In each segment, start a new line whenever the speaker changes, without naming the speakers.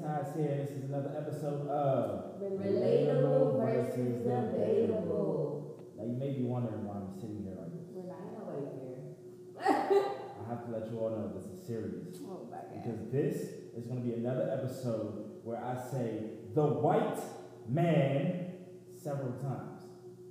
guys here. This is another episode of.
Relatable versus debatable.
Now you may be wondering why I'm sitting here like this.
We're not nobody here.
I have to let you all know this is serious
Oh my god.
because this is going to be another episode where I say the white man several times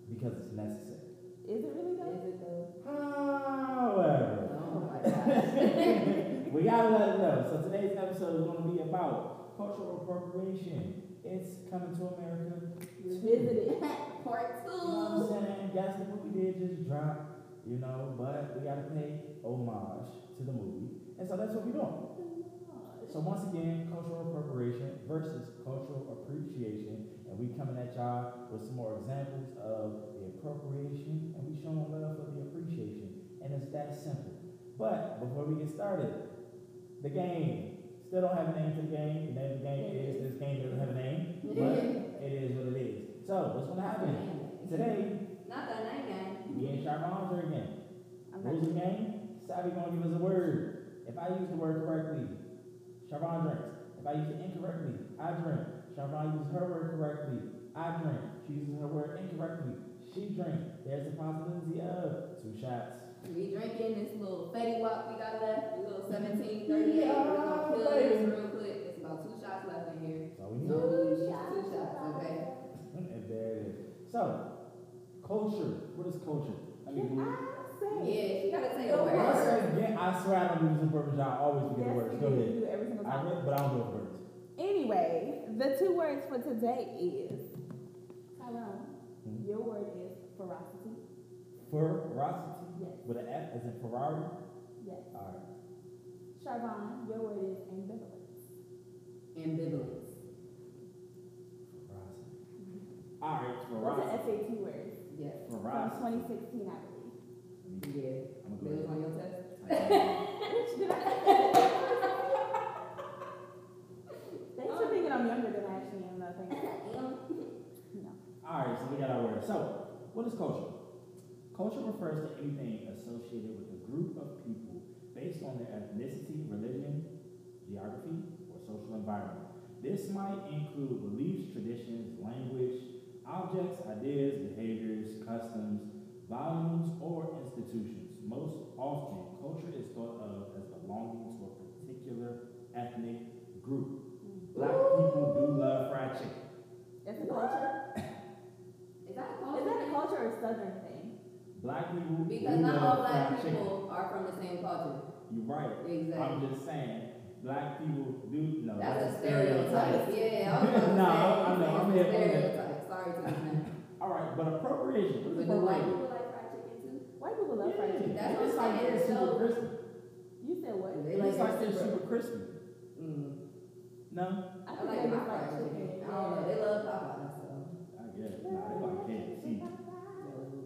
because it's necessary.
Is it really though? Is it though?
However,
Oh my gosh.
we gotta let it know. So today's episode is going to be about cultural appropriation. It's coming to America.
Revisited part
You know
two.
what I'm saying? That's the movie did just drop, you know, but we gotta pay homage to the movie. And so that's what we're doing. So once again, cultural appropriation versus cultural appreciation. And we coming at y'all with some more examples of the appropriation and we showing love for the appreciation. And it's that simple. But before we get started, the game. Still don't have a name for the game. The name of the game is this game doesn't have a name, but it is what it is. So what's gonna happen? Today,
Not that night, guy.
me and Sharp Arms are again. Rules of the game, Savvy gonna give us a word. If I use the word correctly, Sharpon drinks. If I use it incorrectly, I drink. Sharpon uses her word correctly, I drink. She uses her word incorrectly, she drinks. There's the possibility of two shots.
We drinking this little fetty wop we got left, this little 1738. We're gonna kill this real quick. It's about two shots left in here.
That's all we need.
Two shots. Two shots, okay.
and there it is. So, culture. What is culture? I mean,
Yeah, she gotta say a
I
word.
swear again, I swear I don't do this on purpose. y'all. I always forget the
Yes,
words.
you
Go
do,
ahead.
you do every single
I
time.
read, but I don't do it first.
Anyway, the two words for today is Tyrone.
Hmm.
Your word is ferocity.
Ferocity
Yes,
with an F as in Ferrari.
yes.
All right.
Sharvon, your word is ambivalence.
Ambivalence.
All right,
It's an
Ferrari.
SAT word
Yes.
from
Ferrari.
2016, I believe.
Yeah.
I'm
It was
gonna
on your test?
go.
They should think that I'm younger than I actually am, though. I think. No.
All right, so we got our word. So, what is culture? Culture refers to anything associated with a group of people based on their ethnicity, religion, geography, or social environment. This might include beliefs, traditions, language, objects, ideas, behaviors, customs, volumes, or institutions. Most often, culture is thought of as belonging to a particular ethnic group. Black people do love fried chicken.
That's a culture.
Is that a
Is
culture?
that a culture or a southern thing?
Black people
Because
do
not all
love
black
fried chicken.
people are from the same culture.
You're right.
Exactly.
I'm just saying, black people do no.
That's a stereotype. Yeah, I was gonna say,
No, I know, I'm here for that.
Stereotype. Sorry to you.
All right, but appropriation. What
But
is
do white
appropriation?
people like fried chicken too?
White people love fried
Yeah,
chicken.
That's what
it's
I'm
like
saying,
they're super
so-
crispy.
You said what?
They
It's like
it
they're
super-
super crispy.
Mm.
No,
I
I like
think they
my
just like
fried chicken. I don't know,
yeah.
they love Popeyes, so.
I guess. No, they like KFC.
no,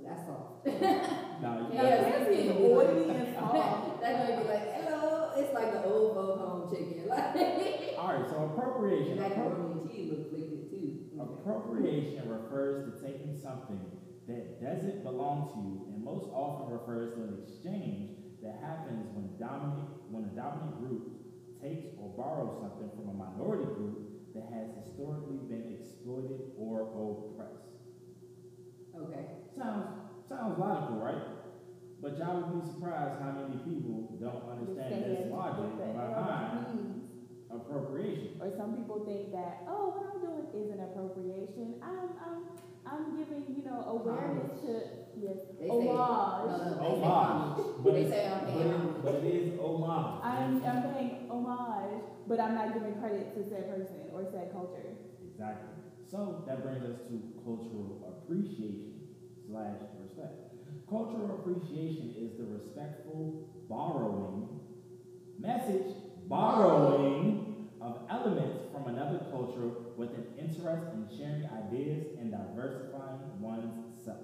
That's all.
No, you
Yeah,
got-
Yeah, it's oily and soft.
That's gonna be like, hello, it's like the old folk home chicken, like.
All right, so appropriation.
Macaroni and cheese looks liquid too.
Appropriation refers to taking something that doesn't belong to you, and most often refers to an exchange that happens when dominant when a dominant group takes or borrows something from a minority group that has historically been exploited or oppressed.
Okay.
Sounds sounds logical, right? But y'all would be surprised how many people don't understand
They
this
said
logic
what the
behind
hell means.
appropriation.
Or some people think that, oh, what I'm doing is an appropriation. I'm, I'm, I'm giving, you know, awareness to, yes,
They say- No, no,
homage.
they say
Oh, Homage.
homage.
But
They
it's-
say I'm
But
paying
it, but it is homage.
I'm, I'm paying homage, but I'm not giving credit to said person or said culture.
Exactly. So that brings us to cultural appreciation slash respect. Cultural appreciation is the respectful borrowing message borrowing of elements from another culture with an interest in sharing ideas and diversifying one's self.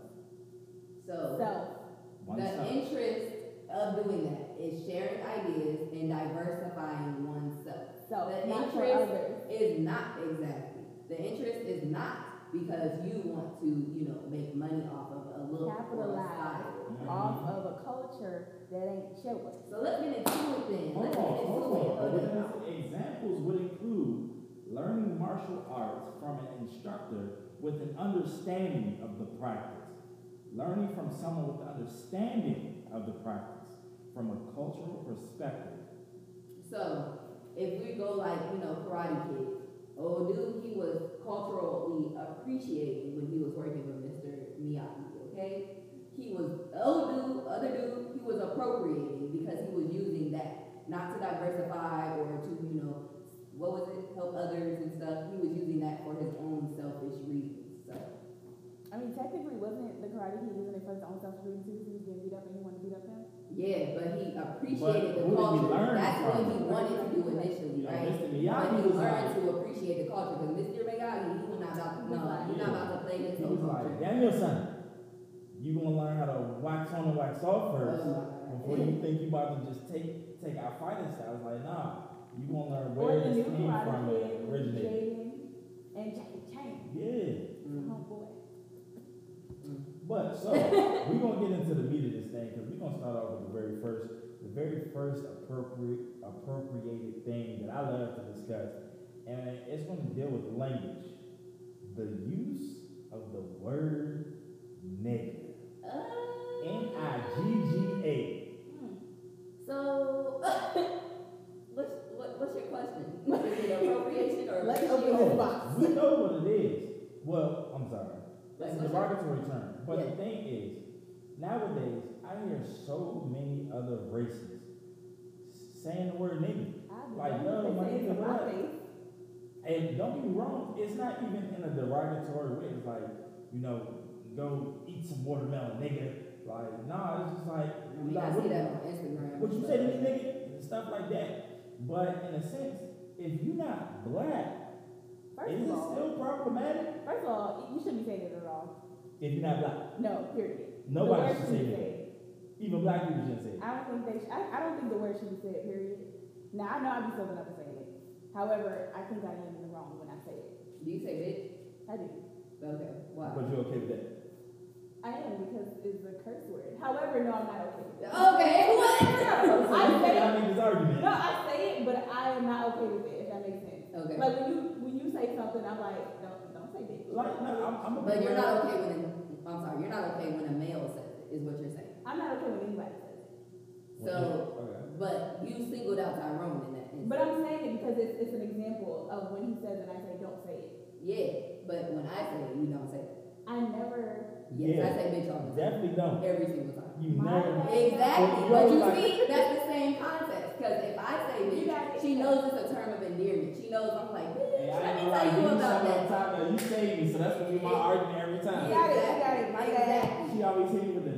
So,
So,
the
Oneself.
interest of doing that is sharing ideas and diversifying oneself.
so,
The
not for
interest-
others.
Is not exactly. The interest is not because you want to, you know, make money off of a look or a
Capitalize.
style.
Off of a culture that ain't yours.
So let's get into it then.
Hold on,
Let's get into it.
hold on.
Hold
Because Examples would include learning martial arts from an instructor with an understanding of the practice, learning from someone with understanding of the practice from a cultural perspective.
So if we go like, you know, Karate Kid, old dude, he was culturally appreciated when he was working with Mr. Miyagi, okay? He was, old dude, other dude, he was appropriating because he was using that, not to diversify or to, you know, what was it, help others and stuff. He was using that for his own selfish reasons, so.
I mean, technically, wasn't the Karate Kid using it for his own self-defense too? 'cause He was getting beat up and he wanted to beat up him.
Yeah, but he
But
appreciated the
who did he
culture.
learn
That's what
from?
he wanted to do
You
initially,
know,
right?
Mr.
But he
Miyagi was
learned
like,
to appreciate the culture because Mr. Miyagi, he was not about to, no, he's not about to play this
he
whole
was like,
culture.
Danielson, you gonna learn how to wax on and wax off first before you think you about to just take take our fighting styles. Like, nah, you gonna learn
Or
where
the
this
new
came from,
Karate
where it
Kid, with
originated.
Jaden and Jackie Chan.
Yeah.
Mm.
Oh boy.
But so we're gonna get into the meat of this thing because we're gonna start off with the very first, the very first appropriate appropriated thing that I love to discuss, and it's gonna deal with language, the use of the word nigga,
Uh,
N I G G A.
Hmm.
So, what's, what, what's your question? Is it appropriation or?
Let's open
appreciation?
this box.
Oh, We know what it is. Well, I'm sorry.
Like,
It's a
what's your-
derogatory term. But
Yeah.
the thing is, nowadays I hear so many other races saying the word nigga.
I'd be
Like,
damned
yo,
if
my
they say it
nigga,
to my
what?
face.
And don't get me wrong, it's not even in a derogatory way. It's like, you know, go eat some watermelon, nigga. Like, nah, it's just like,
I mean,
like,
I
what,
see that on Instagram.
what you
but-
say to me, nigga? And stuff like that. But in a sense, if you're not black,
First
is
of
it
all,
still problematic?
first of all, you shouldn't be saying it at all.
If you're not black,
No, period.
nobody
the
should
word
say
shouldn't be
that.
said.
Even black people shouldn't say it.
I don't think they. Sh- I, I don't think the word should be said. Period. Now I know I'd be something up for saying it. However, I think I am in the wrong when I say it.
Do you say
I do.
bitch? Okay, why?
But you're okay with that?
I am because it's a curse word. However, no, I'm not okay. with it.
Okay, what?
No,
So
I
you
say
think
it.
I made this argument.
No, I say it, but I am not okay with it. If that makes sense.
Okay.
Like when you when you say something, I'm like, don't don't say bitch.
Like, no, I'm, I'm a
But you're not okay when a, I'm sorry, you're not okay when a male says it, is what you're saying.
I'm not okay with anybody says it.
So,
Okay.
but you singled out Tyrone in that instance.
But I'm saying it because it's, it's an example of when he says it, I say don't say it.
yeah, but when I say it, you don't say it.
I never.
Yes, I
Yeah.
say bitch all the time.
Definitely don't.
Every single time.
You
My
never.
bad.
Exactly.
Well,
But
you
you
always
see, that's the same concept. Because if I say
You
bitch,
got it.
she knows it's a term of endearment. She knows I'm like, bitch,
Hey,
let
I
me
ain't gonna
tell you about
lie, you
that.
Top, you saved me, so that's gonna be my argument every time.
got it, you got it, my bad.
She always hit me with the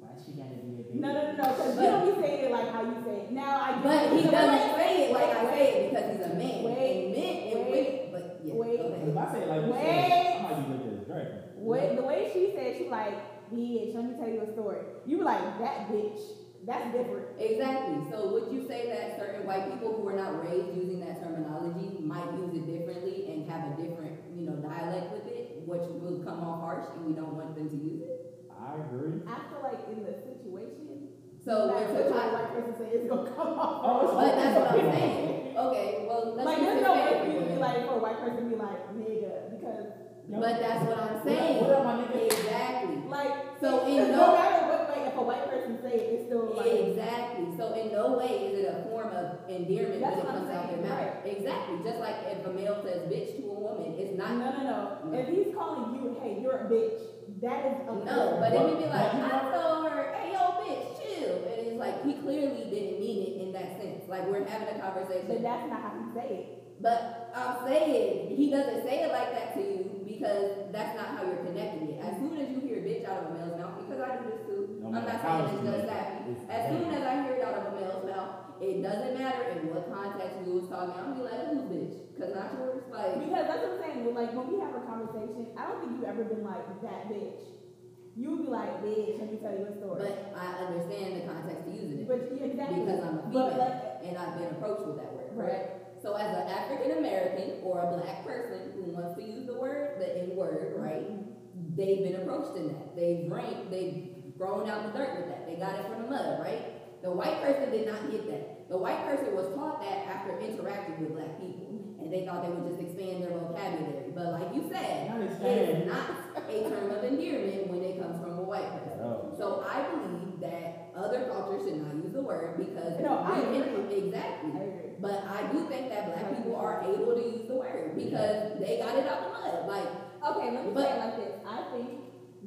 why she gotta be a bitch.
No, no, no, because you don't be saying it like how you say it. Now I get
But he
it.
doesn't say it like I say it because he's a man.
Wait,
and men and
wait,
women, but yeah,
wait.
okay.
If I say it like this,
Wait.
somebody look at this drink.
What the way she said, she like, bitch, let me tell you a story. You be like that bitch. That's different.
Exactly. So would you say that certain white people who were not raised using that terminology might use it differently and have a different, you know, dialect with it, which will come off harsh and we don't want them to use it?
I agree.
I feel like in the situation,
So
like,
when
what you
Tokai-
like person say it's gonna come off.
Oh,
but that's what I'm saying. Okay, well let's
like
use
there's
it
no way for
favorably.
you to be like for a white person to be like nigga because
But that's what I'm
What up-
saying.
What up, my nigga?
Exactly.
like
So
it-
in
it's
no-
matter what way if a white person say it, it's still like
Exactly. So in no way is it a form of endearment
That's
when it
what I'm
comes out their
saying,
mouth. Exactly. Just like if a male says bitch to a woman, it's
no
not.
no no. If he's calling you, hey, you're a bitch. That is a
Oh, No, but it would be like,
But-
I told her, hey, yo, bitch, chill. And it's like, he clearly didn't mean it in that sense. Like, we're having a
But
conversation.
that's not how you say it.
But I'm saying, he doesn't say it like that to you because that's not how you're connecting it. As soon as you hear bitch out of a male's mouth, because I do this too,
No
I'm
matter
not
how
saying
it's
it's just
made,
that.
it's
As soon
bad.
as I hear it out of a male's mouth, it doesn't matter in what context we was talking. I'm be like, who's bitch? Cause not yours. Like,
Because that's what I'm saying. When, like when we have a conversation, I don't think you've ever been like that bitch. You would be like, bitch, let me tell you a story.
but I understand the context to using it
but yeah, exactly.
because I'm a
but
female
like,
and I've been approached with that word,
Right.
correct? So as an African American or a black person who wants to use the word, the N word, right? They've been approached in that. They've ranked, they've grown out the dirt with that. They got it from the mud, right? The white person did not get that. The white person was taught that after interacting with black people. and they thought they would just expand their vocabulary. But like you said,
Not
it is
expand.
not a term of endearment when it comes from a white person.
Oh.
So I believe that other cultures should not use the word because
No, I
we-
agree.
exactly.
I agree.
But I do think that black people are able to use the word because they got it out the mud. Like
Okay, let me
But-
say it like this. I think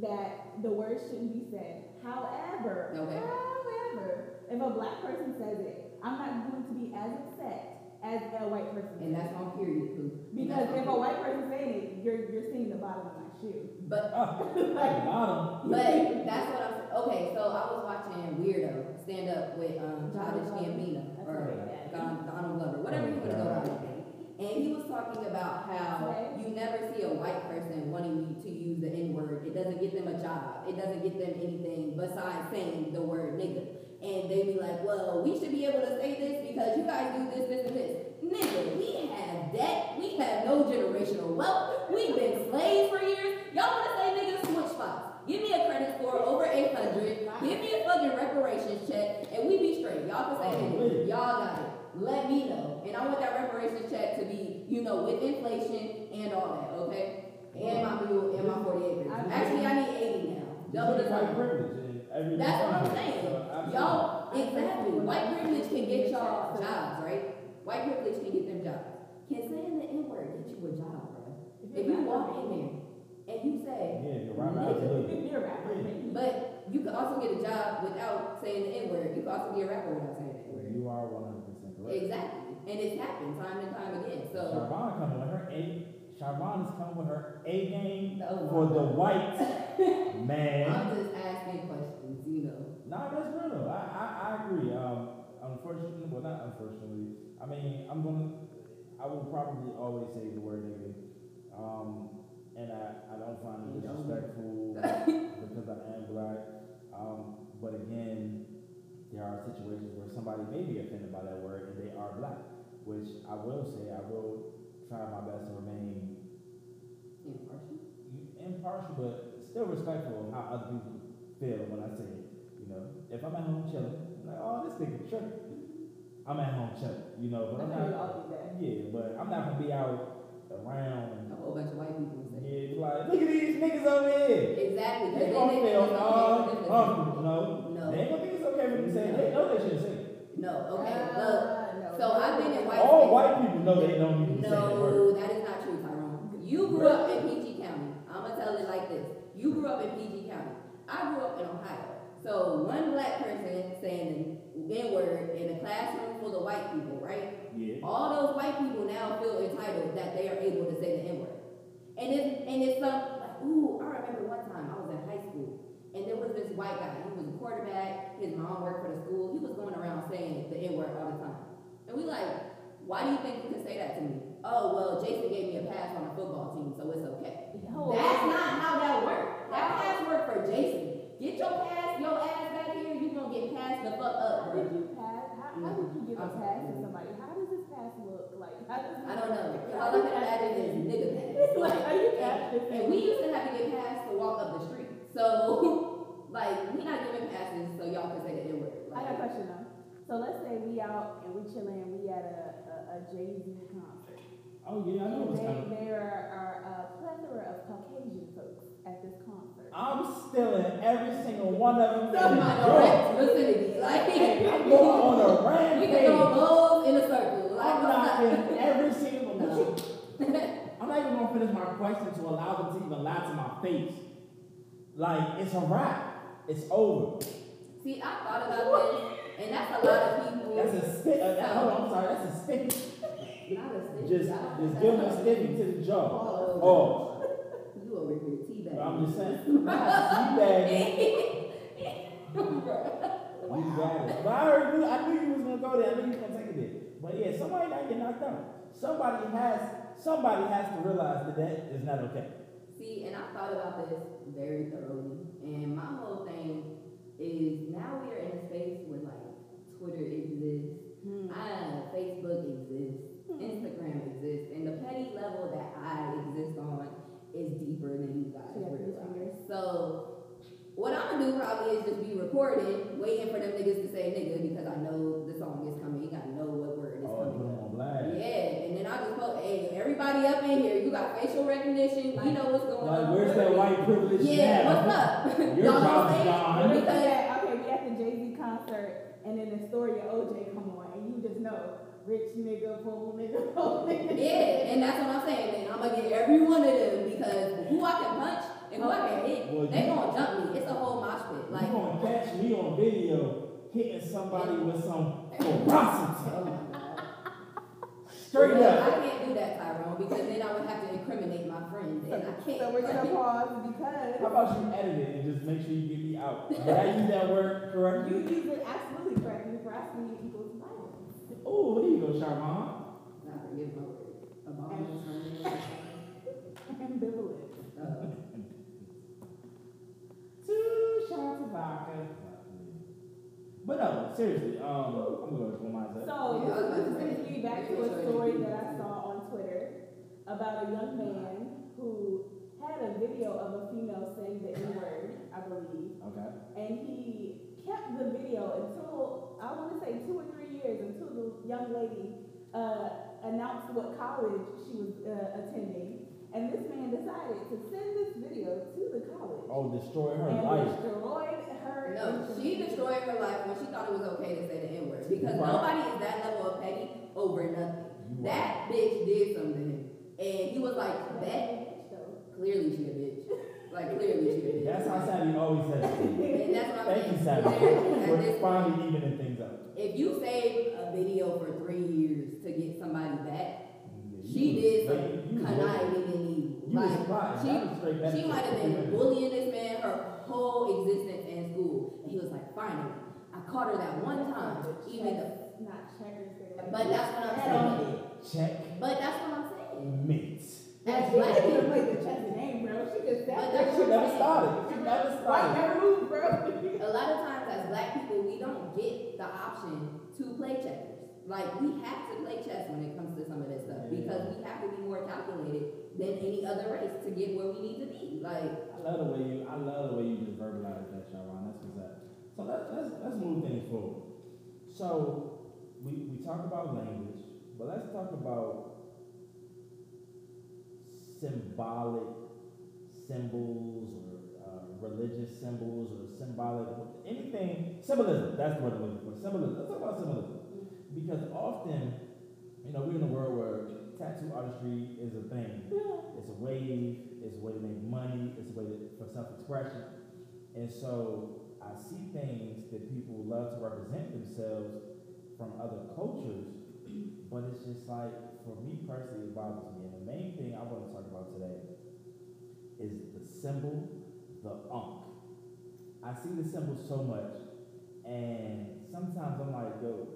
that the word shouldn't be said. However,
Okay.
however, if a black person says it, I'm not going to be as upset as a white person.
and that's on period poop. And
because
that's
if
on
a white person saying it, you're you're seeing the bottom of my shoe.
But
Oh,
like,
bottom.
but that's what I'm okay, so I was watching Weirdo stand up with um Childish Gambino or
That's
Don,
not
Donald Glover, whatever you want to go by. And he was talking about how you never see a white person wanting you to use the N word. It doesn't get them a job. It doesn't get them anything besides saying the word nigga. And they be like, well, we should be able to say this because you guys do this, this, and this. Nigga, we have debt. We have no generational wealth. We've been slaves for years. Y'all want to say niggas switch spots. Give me a credit score over 800. Give me a fucking reparations check. And we be straight. Y'all can say niggas. Y'all got it. Let me know. And I want that reparations check to be, you know, with inflation and all that, okay? And my mule and my 40 acres. Actually, I need 80 now. Double the
white
time.
privilege. and every-
That's what I'm saying.
So, absolutely.
Y'all, exactly. White privilege can get y'all jobs, right? White privilege can get them jobs. Can saying the N word get you a job, bro? If you walk in there and you say,
Yeah, you're right. Absolutely.
You're a rapper.
but you can also get a job without saying the N word. You can also be a rapper without saying the N word.
You are 100% correct.
Exactly. And it's happened time and time again. So,
Sharvon coming with her A. Sharvon is coming with her A game for the
oh,
white man.
I'm just asking questions, you know.
No, that's real though. I, I, I agree. Um, unfortunately, well, not unfortunately. I mean, I'm gonna. I will probably always say the word nigga. Um, and I, I don't find it
You don't.
disrespectful because I am black. Um, but again, there are situations where somebody may be offended by that word and they are black, which I will say I will try my best to remain
Impartial.
impartial, but still respectful of how other people feel when I say it. You know, if I'm at home chilling, I'm like, oh, this nigga tripping. I'm at home chilling, you know, but
I
I'm
know you
not.
all do that.
Yeah, but I'm not gonna be out around.
A whole bunch of white people say.
Yeah, like look at these niggas over here.
Exactly.
They
because
gonna
they- they-
feel
they-
all
they- they-
comfortable, no.
No.
They ain't gonna think it's okay for them to say it. They know they shouldn't say it.
No, okay.
Uh,
look,
no.
so I've been in white.
All white people know they don't need to say that word.
No, that is not true, Tyrone. You grew up in PG County. I'm gonna tell it like this. You grew up in PG County. I grew up in Ohio. So one black person saying the N word in a classroom full of white people, right?
Yeah.
All those white people now feel entitled that they are able to say the N word. And it's and it's some like, ooh, I remember one time I was in high school and there was this white guy. He was a quarterback. His mom worked for the school. He was going around saying the N word all the time. And we like, why do you think you can say that to me? Oh well, Jason gave me a pass on the football team, so it's okay.
No.
That's not how that works. That pass worked for Jason. Get your pass, your ass back here. You gonna get passed the fuck up.
How
bro.
did you pass? How, how did you give a
I'm sorry.
pass to somebody? How does this pass look like? How does this
Mm-hmm. I don't know. All I can imagine is nigga pass.
like, are you passing?
And we used to have to get passed to walk up the street. So, like, we not giving passes so y'all can say the N word.
I got a
Like,
question though. So let's say we out and we chilling and we at a, a, a Jay Z concert.
Oh yeah, I know
And
what's
they,
coming.
there are, are a plethora of Caucasian folks at this concert.
I'm stealing every single one
in
of them. from
my
the door.
direct vicinity. Like,
I'm going on a
we
rampage.
can throw balls in a circle. Like,
I'm knocking every single
No.
I'm not even gonna finish my question to allow them to even lie to my face. Like it's a wrap. It's over.
See, I thought about this, and that's a lot of people.
That's a stick. Uh, that- hold on, I'm sorry. That's a stick.
not a stitch.
Just,
I don't
just
think
give them
that's
a
a-
stick to the jaw.
Oh,
Oh,
you over here teabagging.
I'm just saying. Not teabagging. We got it. But I already knew. I knew you was gonna go there. I knew you was gonna take it there. But yeah, somebody got to get knocked out. Somebody has. Somebody has to realize that that is not okay.
See, and I thought about this very thoroughly, and my whole thing is now we are in a space where like Twitter exists,
Hmm.
ah, Facebook exists, Instagram exists, and the petty level that I exist on is deeper than you guys
Yeah,
realize.
it's
So, what I'm gonna do probably is just be recording, waiting for them niggas to say nigga because I know the song is coming, I know what word is
Oh, put
coming.
them on blast.
Yeah, and then I just post, hey, everybody up in here. You got facial recognition. We know what's going
Like,
on.
where's that white privilege
Yeah,
now?
what's up?
Your
Y'all
job's
don't say it.
gone.
Or
Because-
it's like, okay, we at the Jay Z concert, and then the story of OJ come on, and you just know rich nigga, poor nigga, poor nigga.
Yeah, and that's what I'm saying. And I'm gonna get every one of them because who I can punch and who I can hit,
Well,
they
you-
gonna jump me. It's a whole mosh pit.
you
Like, oh
gonna catch me on video hitting somebody with some ferocity.
my god.
Straight
Well,
up.
I can't do that, Tyrone, because then I would have to incriminate my friends, and I can't.
So we're gonna pause because
How about you edit it and just make sure you get me out? Did I use that word
you
correctly?
use it absolutely correctly for asking people's lives.
Oh, there you go, Charmant.
Not forgive my word. Abominable sin.
Ambivalent.
Uh,
Two shots of vodka. But no, seriously, um, I'm gonna go with my
So
mindset.
Yeah.
this brings me back to a story that I saw on Twitter about a young man who had a video of a female saying the N word, I believe.
Okay.
and he kept the video until I want to say two or three years until the young lady uh, announced what college she was uh, attending, and this man decided to send this video to the college
Oh, destroy her
and
life.
destroyed her.
No, she
information.
destroyed her life when she thought it was okay to say the N word because
Right.
nobody is that level of petty over nothing.
You are-
That bitch did something to him, and he was like, "Bet." Clearly, she a bitch. Like clearly, she a bitch.
That's how Savvy always says it.
And that's what I'm
Thank you,
saying.
Savvy,
Clearly, at
for
this point,
finally evening things up.
if you save a video for three years to get somebody back,
Yeah, you
she
was
did
late.
some
You was late.
conniving and evil.
You was
Like
surprised.
she-
I was straight back
she
to
might have been
the-
bullying this man her whole existence in school, and he was like, "Finally, I caught her that one time." Even though,
not checkers, they're like-
but that's what I'm
Checkers.
saying.
Check
But that's what I'm saying.
mates.
That's
she
black
didn't even
people.
play the chess game, bro. She just sat
But
there.
that's
She never started. She never
White
started.
never moved, bro.
A lot of times as black people, we don't get the option to play checkers. Like we have to play chess when it comes to some of this stuff because we have to be more calculated than any other race to get where we need to be. Like
I love the way you. I love the way you just verbalize that, Sharon. That's what's up. So let's let's let's move things forward. So we we talk about language, but let's talk about symbolic symbols or uh, religious symbols or symbolic anything symbolism. That's the word I'm looking for. Symbolism. Let's talk about symbolism because often, you know, we're in a world where tattoo artistry is a thing. It's a wave. It's a way to make money. It's a way to, for self-expression. And so I see things that people love to represent themselves from other cultures, but it's just like for me personally, it bothers me. And the main thing I want to talk about today is the symbol, the unk. I see the symbol so much, and sometimes I'm like, yo,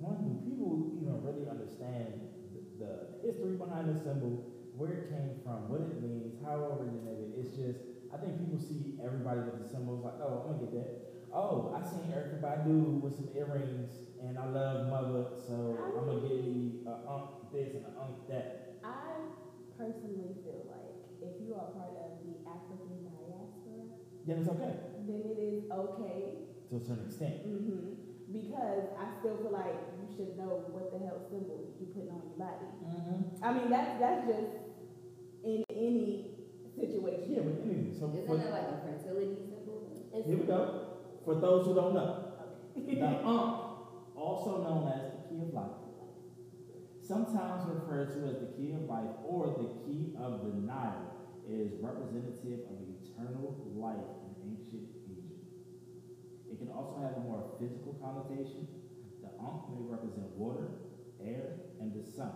one, do people even really understand the, the history behind the symbol? where it came from, what it means, how it originated. It's just, I think people see everybody with the symbols like, oh, I'm gonna get that. Oh, I seen Erica Badu with some earrings, and I love mother, so I'm gonna get me a unk this and a unk that.
I personally feel like if you are part of the African diaspora,
Then it's okay
then it is okay.
to a certain extent.
Mm-hmm. Because I still feel like you should know what the hell symbol you putting on your body. I mean, that's that's just in any situation.
Yeah, but anyway, so
isn't
for,
it like a fertility symbol?
It's-
here we go. For those who don't know, The
Okay.
unk, also known as the key of life, sometimes referred to as the key of life or the key of the Nile, it is representative of eternal life in ancient Egypt. It can also have a more physical connotation. The unk may represent water, air, and the sun,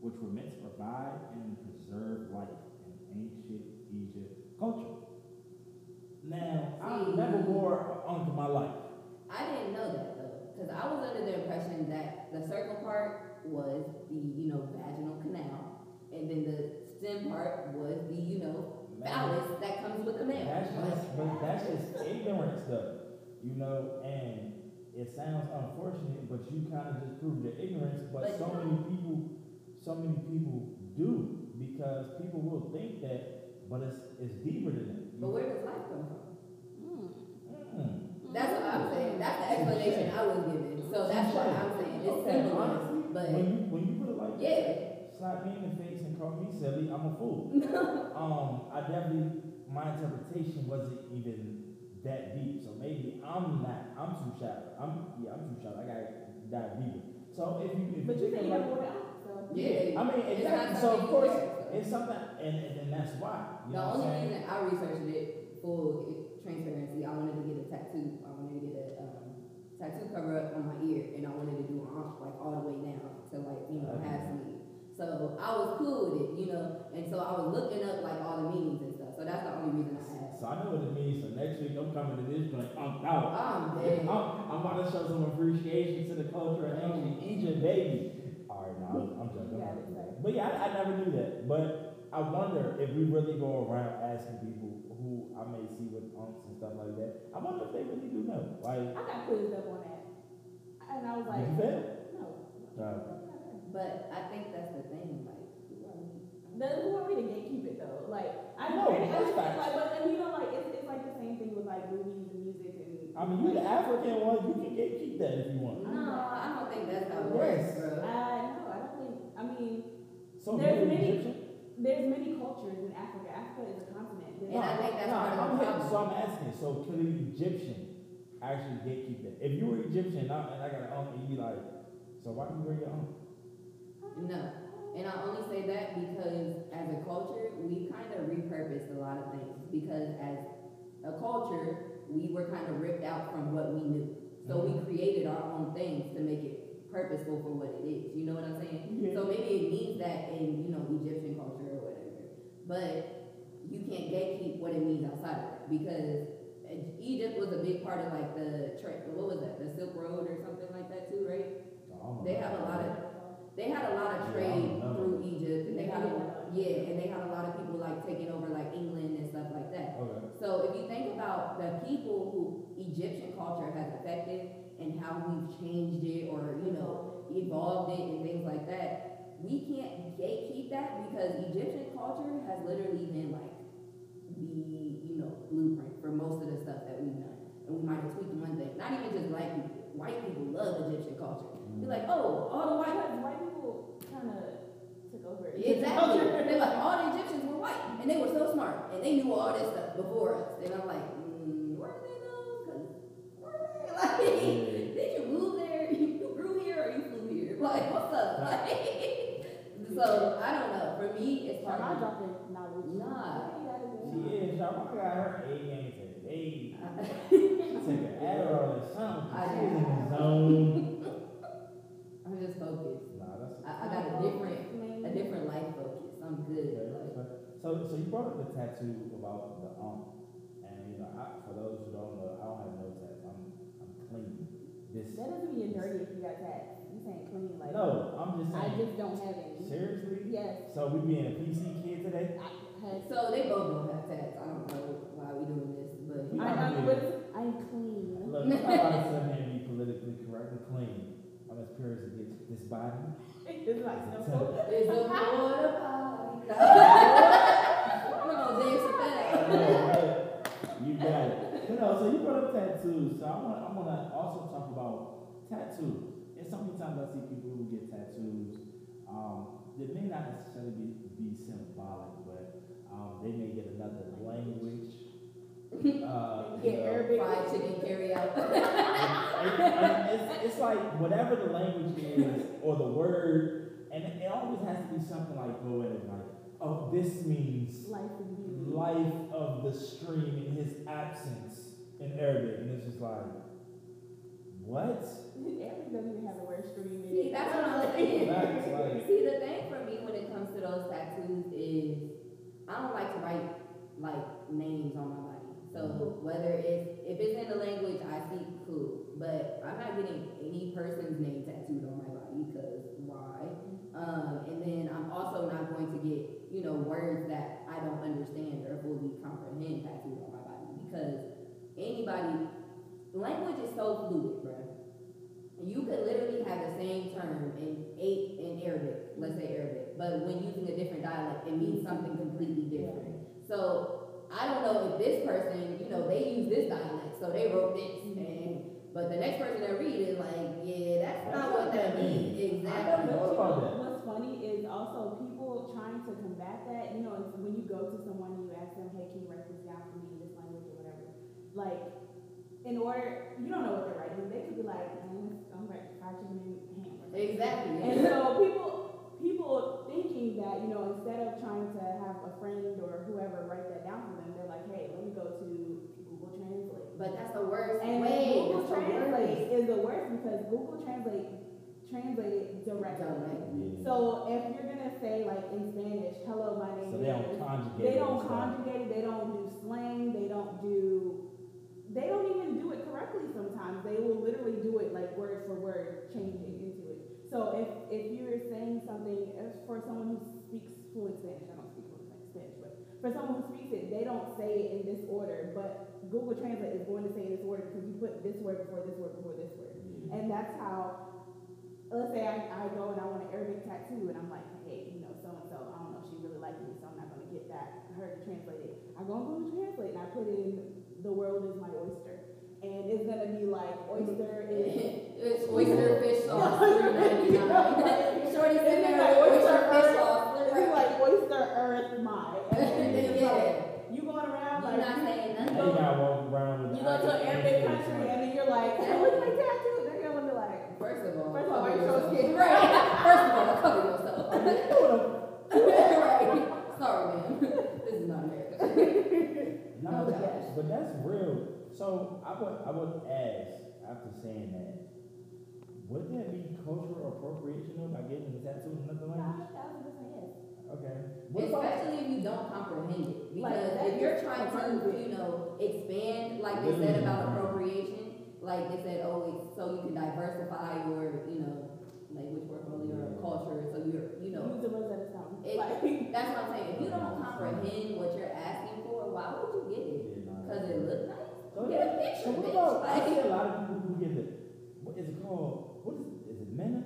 which were meant to provide and preserve life in ancient Egypt culture. Now, I
See.
never wore an unk in my life.
I didn't know that though, because I was under the impression that the circle part was the you know vaginal canal, and then the stem part was the you know phallus that comes with the male.
That's
Like,
just, but that's just ignorance, though. You know, and it sounds unfortunate, but you kind of just proved your ignorance. But,
But
so
no.
many people, so many people do because people will think that, but it's it's deeper than that.
But where does life come from?
Mm.
That's what I'm saying. That's the explanation I was given. So that's what I'm saying. It's
Okay,
symbolism.
honestly,
But
when you when you put it like that,
yeah,
slap me in the face and call me silly. I'm a fool. um, I definitely my interpretation wasn't even that deep. So maybe I'm not. I'm too shallow. I'm yeah. I'm too shallow. I gotta dive deeper. So if you if
But you
think
said you
about-
had one out, so.
I mean
It's not
exactly. So of
something
course
you
it's something, and and, and that's why. You
The
know what I'm
only
saying?
reason I researched it for it- transparency, I wanted to get a tattoo. I wanted to get a um, tattoo cover up on my ear, and I wanted to do my arm like all the way down to like you know
Okay.
half sleeve. So I was cool with it, you know, and so I was looking up like all the meanings and stuff. So that's the only reason I asked.
So I know what it means. So next week I'm coming to this joint. I'm out.
Oh, I'm
I'm,
dead.
I'm about to show some appreciation to the culture and ancient Egypt, baby. All right, no, I'm, I'm joking. I'm
Yeah,
joking.
that's right.
But yeah, I, I never knew that. But I wonder if we really go around asking people who I may see with aunts and stuff like that. I wonder if they really do know. Like,
I got quizzed up on that. And I was
did you
like,
fail?
no.
But I think that's the thing, like. who are we?
The, who are we to gatekeep it though? Like, I
No,
know, I
that's
understand,
facts.
like, but, and you know, like, it's, it's like the same thing with like movies and music and.
I mean, you the African one. You can get, keep that if you want.
No, I don't think that's how it
Yes.
works, bro.
I know, I don't think, I mean,
So
There's
you're
many-
Egyptian.
there's many cultures in Africa. Africa is a continent. There's-
And I think that's
no,
part of
I'm
the
hit-
problem.
So I'm asking, so could an Egyptian actually gatekeep that? If you were Egyptian and I, and I got an uncle, you'd be like, so why do you wear your uncle?
No. And I only say that because as a culture, we kind of repurposed a lot of things because as a culture, we were kind of ripped out from what we knew. So
Mm-hmm.
we created our own things to make it purposeful for what it is. You know what I'm saying? So maybe it means that in, you know, Egyptian culture or whatever. But you can't gatekeep what it means outside of that because Egypt was a big part of like the trade, what was that, the Silk Road or something like that too, right? They have a lot of they had a lot of trade through Egypt, and they had a, yeah, and they had a lot of people like taking over like England and stuff like that.
Okay.
So if you think about the people who Egyptian culture has affected and how we've changed it or you know evolved it and things like that, we can't gatekeep that because Egyptian culture has literally been like the you know blueprint for most of the stuff that we've done, and we might have tweaked one thing. Not even just black people. White people love Egyptian culture. They're like, oh, all the white
Because white people kind of took over.
Exactly. They're like, all the Egyptians were white, and they were so smart, and they knew all this stuff before us. And I'm like, mm, were they though? 'Cause were they? Like,
Yeah.
did you move there? You grew here, or you flew here? Like, what's up? Like, so I don't know. For me, it's
Like, I
hard.
dropped it, not really.
Nah.
Hey, that is
She
it.
is, y'all. I got her A game today. She took an
I-
Adderall or something.
I
She's in
did.
the zone.
I'm just focused.
nah, that's
I, I got a different,
Main-
a different life focus. I'm good.
okay.
Like,
So, so you brought up the tattoo about the um, and you know, I, for those who don't know, I don't have no tats. I'm, I'm clean. This
That doesn't mean you're dirty if you got taxed. You saying clean like.
no, I'm just
I
saying.
just don't have any.
Seriously?
Yes.
So we being a PC kid today?
I had.
so they both don't have tats. I don't know why we doing this, but
We
I,
not
I'm,
here.
with- I'm clean.
Look, I'm not about to sit here and be politically correct and clean. I'm as pure as it gets. This body.
It's like
is
no.
intelligent.
It's a border party. We're gonna dance to
I
that.
know, but you got it. You know, so you brought up tattoos. So I want, I want to also talk about tattoos. And so many times I see people who get tattoos. Um, they may not necessarily be, be symbolic, but um, they may get another language. Uh, you
Get
know.
Arabic.
Fried chicken carry out.
And- and it's, it's like whatever the language is or the word, and it, it always has to be something like poetic, like, oh, this means
Life and beauty.
life of the stream in his absence in Arabic. And it's just like, what?
Everything doesn't even have the word stream in
See,
it.
that's what I'm saying.
That's like,
See, the thing for me when it comes to those tattoos is I don't like to write like names on my body. So whether it's if it's in the language I speak, cool. But I'm not getting any person's name tattooed on my body because why? Um, and then I'm also not going to get you know words that I don't understand or fully comprehend tattooed on my body because anybody language is so fluid, bruh. You could literally have the same term in eight in Arabic, let's say Arabic, but when using a different dialect, it means something completely different. So I don't know if this person, you know, they use this dialect, so they wrote this, and but the next person that read it, like, yeah, that's not what that means
I don't
exactly.
know about that.
What's funny is also people trying to combat that. You know, it's when you go to someone and you ask them, "Hey, can you write this down for me in this language or whatever?" Like, in order, you don't know what they're writing. They could be like, "Mm, "I'm writing fried chicken and ham." or and
Exactly.
so people people thinking that, you know, instead of trying to have a friend or whoever write that down for them, they're like, hey, let me go to Google Translate.
But that's the worst
And
way.
Google
That's the
Translate
worst.
is the worst because Google Translate translated directly.
Directly.
Yeah.
So if you're gonna say like in Spanish, hello, my name
So
is
they don't conjugate.
they
it,
don't
so-
conjugate it, they don't do slang, they don't do they don't even do it correctly sometimes. They will literally do it like word for word, change it into it. So if if you're saying something as for someone who speaks fluent Spanish, I don't speak fluent Spanish, but for someone who speaks it, they don't say it in this order, but Google Translate is going to say this order because you put this word before this word before this word.
Yeah.
And that's how, let's say I, I go and I want an Arabic tattoo, and I'm like, hey, you know, so and so, I don't know, she really likes me, so I'm not going to get that her to translate it. I go on Google Translate and I put in the world is my oyster, and it's going to be like oyster is.
it's oyster fish sauce. three
No,
ninety nine. Shorty
It's
said
like oyster
oyster
earth.
fish sauce.
It's like oyster earth my. And it's just like,
Yeah.
you going around
You're not
like.
saying
They
nothing.
gotta walk around with.
You go to an Arabic country and then you're like, hey, look at my tattoo. They're going to be like,
First of all,
First of all,
cover
you're so
yourself.
skinny.
Right. First of all, cover yourself. right. Sorry, man. This is not America.
No,
No,
but
but
that's,
yes.
but that's real. So I would I would ask after saying that, would that be cultural appropriation though by getting the tattoo in another language? Okay. What if I-
Especially if you don't comprehend it.
Like,
Because
that
if you're
just
trying to,
confirms it.
you know, expand, like they said about appropriation, like they said, oh, it's so you can diversify your, you know, language portfolio or culture, so you're, you know.
Use the Rosetta Stone.
It-
Like,
That's what I'm saying. If you don't comprehend what you're asking for, why would you get it?
Yeah, nah,
Because
that's
it
real.
looks nice?
So
Get a
yeah. So
picture,
what
bitch.
about I see
Like,
a lot of people who get the what is it called? What is it? Is it henna?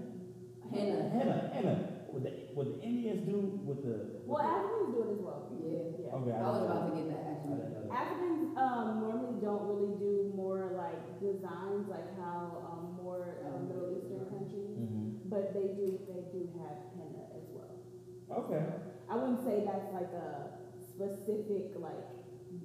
henna.
Henna. Henna. What the what the Indians do with the with
well,
the-
Africans do it as well.
Yeah.
Yeah.
Okay.
I was
I don't know.
about to get that
I
actually.
didn't know that.
Africans um, normally don't really do more like designs, like how um, more um, Middle Eastern countries,
Mhm.
but they do they do have henna as well.
Okay.
I wouldn't say that's like a specific like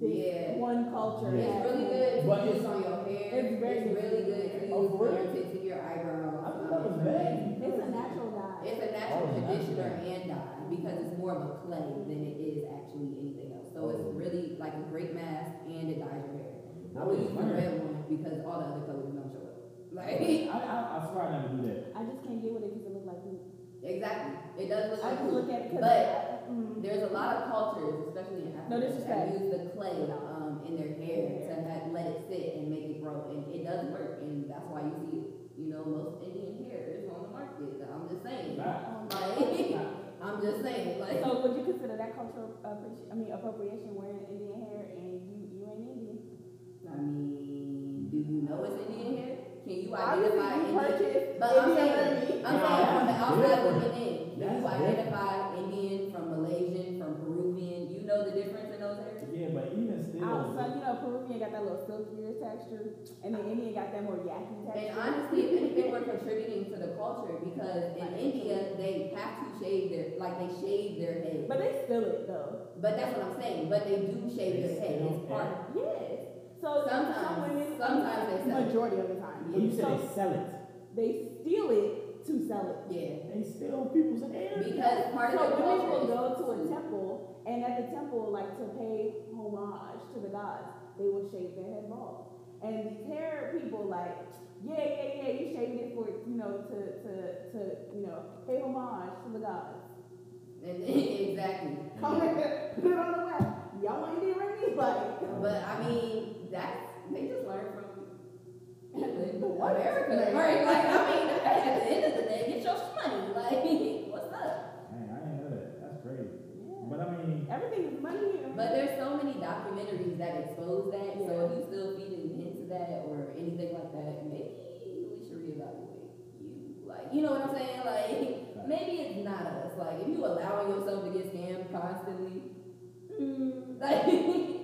this
Yeah.
one culture.
Yeah.
It's
has
really
henna.
good
But
to use
it's-
on your hair.
it's very
really
good.
good to use
Oh, for
on
real?
your tips and your eyebrows.
I thought
Um,
that was
it's amazing.
bad.
It's a natural dye.
It's a natural
Oh, natural.
conditioner and dye because it's more of a clay than it is actually anything else. So it's
Oh.
really like a great mask and it dyes your hair. I
Boy,
would use the
man.
red one because all the other colors don't show up.
I,
Like
I, I swear I never do that.
I just can't deal with it because it looks like poop.
exactly, it does look
I
like
can look
poop.
at it because.
But-
Mm.
There's a lot of cultures, especially in Africa,
No
that
disrespect.
use the clay um, in their hair to have, let it sit and make it grow, and it does work, and that's why you see, you know, most Indian hair is on the market. I'm just saying,
Nah.
Um,
like, I'm just saying, like,
So would you consider that cultural appreci- I mean appropriation wearing Indian hair and you you ain't Indian?
I mean, do you know it's Indian hair? Can you
Obviously,
identify
you
Indian?
purchased
But I'm
Indian
saying,
money.
I'm
Nah,
saying from the
that's
outside
different.
looking in, can you
That's
identify Indian from Malaysian, from Peruvian? You know the difference in those hairs?
Yeah, but even still,
Oh, so you know Peruvian got that little silkier texture, and then Indian got that more yucky
And
texture.
honestly, if anything, we're contributing to the culture because in India they have to shave their like they shave their head.
But they still it though.
But that's what I'm saying. But they do shave their head. It's part.
Yes. So some
Sometimes-
women,
sometimes they sell it.
majority of the time,
when you said
So
they sell it,
they steal it to sell it.
Yeah.
they steal people's hair.
Because part of
So
the
women
culture
will
is
go to a temple, and at the temple, like to pay homage to the gods, they will shave their head bald. And these hair people, like, yeah, yeah, yeah, you shaved it for you know to to to you know pay homage to the gods.
and, exactly.
Come here, put it on the web. Y'all want Indian rings? Like,
But I mean, that's they just learn from
What?
America, right? Like I mean, at the end of the day, get your money. Like what's up?
Dang, I didn't know that. That's crazy.
yeah.
But I mean,
everything is money. here.
But there's so many documentaries that expose that. So if you still feeding into that or anything like that, maybe we should reevaluate you. Like you know what I'm saying? Like maybe it's not us. Like if you allowing yourself to get scammed constantly, mm, like.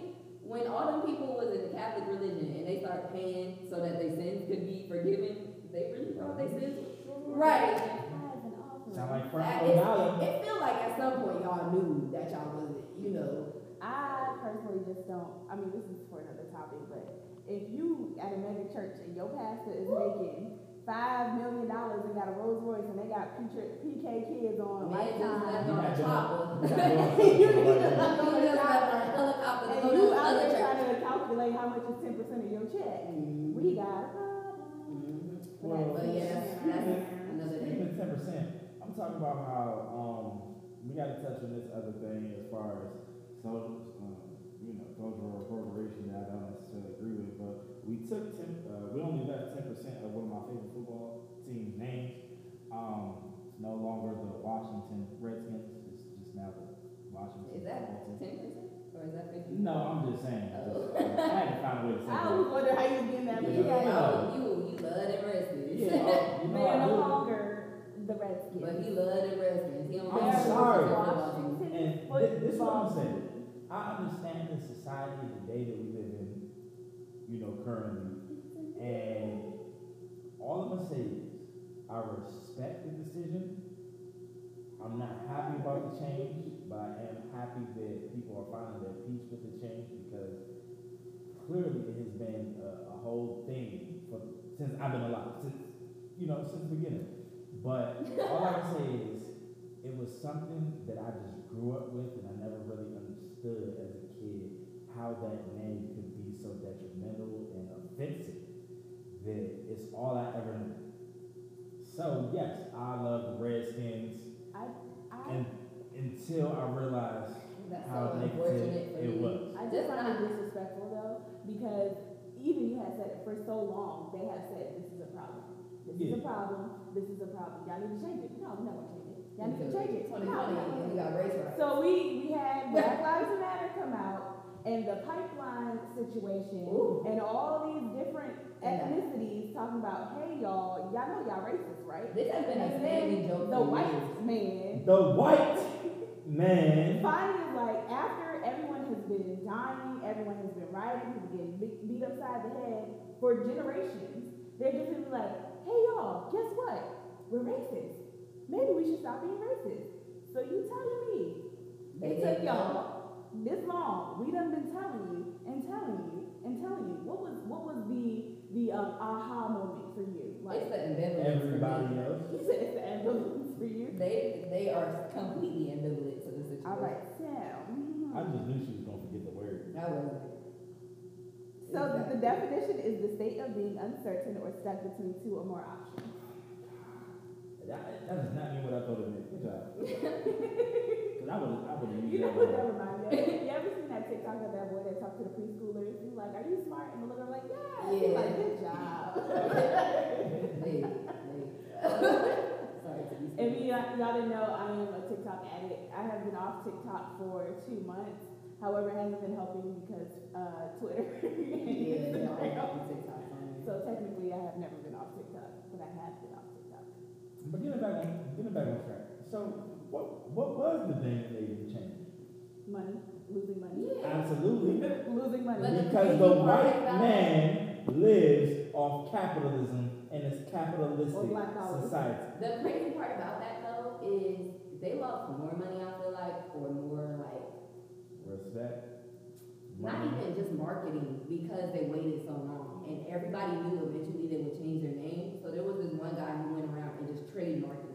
When all them people was in the Catholic religion and they start paying so that their sins could be forgiven, they really thought they sins
Tithes
Right.
and offerings.
Sound like Frank
That is-
O'Malley.
It feel like at some point y'all knew that y'all wasn't, you know.
I personally just don't. I mean, this is for another topic, but if you at a mega church and your pastor is making five million dollars and got a Rolls Royce and they got PK, PK kids on
Man just left on
lifetime,
a
You
chopper.
got
You need
to-
to-
He just left on a helicopter to
and
go to
you out
another
there
church.
trying to calculate how much is ten percent of your check, we got a problem.
Mhm.
Well,
But yeah, that's another day.
Even ten percent. I'm talking about how um, we got to touch on this other thing as far as so um, you know cultural appropriation that I don't necessarily agree with, but we took ten. Uh, we only left ten percent of one of my favorite football team names. Um, it's no longer the Washington Redskins. It's just now the Washington.
Is that
Football Team.
ten percent or is that fifty?
No, I'm just saying.
Oh.
I had to find a way to say
I
that.
always wonder how you getting that.
Yeah,
many
Yeah.
dollars.
you you love them Redskins.
Yeah, I- you know,
They are
I
no
really-
longer the Redskins.
But he love them Redskins. He don't
I'm
like them
sorry.
Washington.
And thi- this is what I'm saying. I understand the society of the day that we live in, you know, currently, and all I'm gonna say is I respect the decision. I'm not happy about the change, but I am happy that people are finding their peace with the change because clearly it has been a, a whole thing for, since I've been alive, since you know, since the beginning. But all I can say is it was something that I just grew up with and I never really understood as a kid how that name could be so detrimental and offensive that it's all I ever knew. So yes, I love the Redskins
I,
and until I realized
That's
how
so
negative
unfortunate for
it
you.
was.
I
That's
just find
not-
it disrespectful though, because even you have said it for so long, they have said this is a problem. This is a
Yeah.
problem. This is a problem. Y'all need to change it. No, we're not gonna change it. Y'all need to change it. No,
Twenty twenty,
we're not gonna
and we
change it.
got race riots.
So we we had Black Lives Matter come out and the pipeline situation
Ooh.
and all these different
Yeah.
ethnicities talking about, hey y'all, y'all know y'all racist, right?
This has been a
And
standing
then
joke.
the
for years.
white man
the white man
Finally, like after everyone has been dying, everyone has been rioting, people getting be- beat upside the head for generations, they're just gonna be like, "Hey y'all, guess what? We're racist. Maybe we should stop being racist." So you telling me
They
it
didn't
took
know.
y'all this long? We done been telling you and telling you and telling you. What was what was the the um, aha moment for you?
It's
Like
the ambivalence. for me.
everybody else.
he said, it's the ambulance for you.
They they are completely ambivalent to the situation.
All right, mm-hmm. Sam.
I just knew she was gonna forget the word.
That was.
So the- the definition is the state of being uncertain or stuck between two or more options.
That, that does not mean what I thought it meant. Good job. Because I would I would have
You
used that
know what
word.
that reminds me of? You ever seen that TikTok of that boy that talked to the preschoolers? He's like, "Are you smart?" And the little girl like, "Yeah." He's
Yeah.
like, "Good job."
Wait, wait. Sorry to be.
If you, uh, y'all didn't know, I am a TikTok addict. I have been off TikTok for two months. However, it hasn't been helping because uh, Twitter.
Yeah, no, I don't have TikTok on me.
so technically, I have never been off TikTok, but I have been off TikTok.
But getting back on getting back on track. So what what was the thing that they didn't change?
Money, losing money,
Yeah.
Um, Absolutely.
losing money.
But the
Because the
crazy part
white
about-
man lives off capitalism and it's
Or
capitalistic
black dollars.
society.
The crazy part about that though is they lost more money. I feel like, or more like
Respect.
not
money.
even just marketing because they waited so long and everybody knew eventually they would change their name. So there was this one guy who went around and just trademarked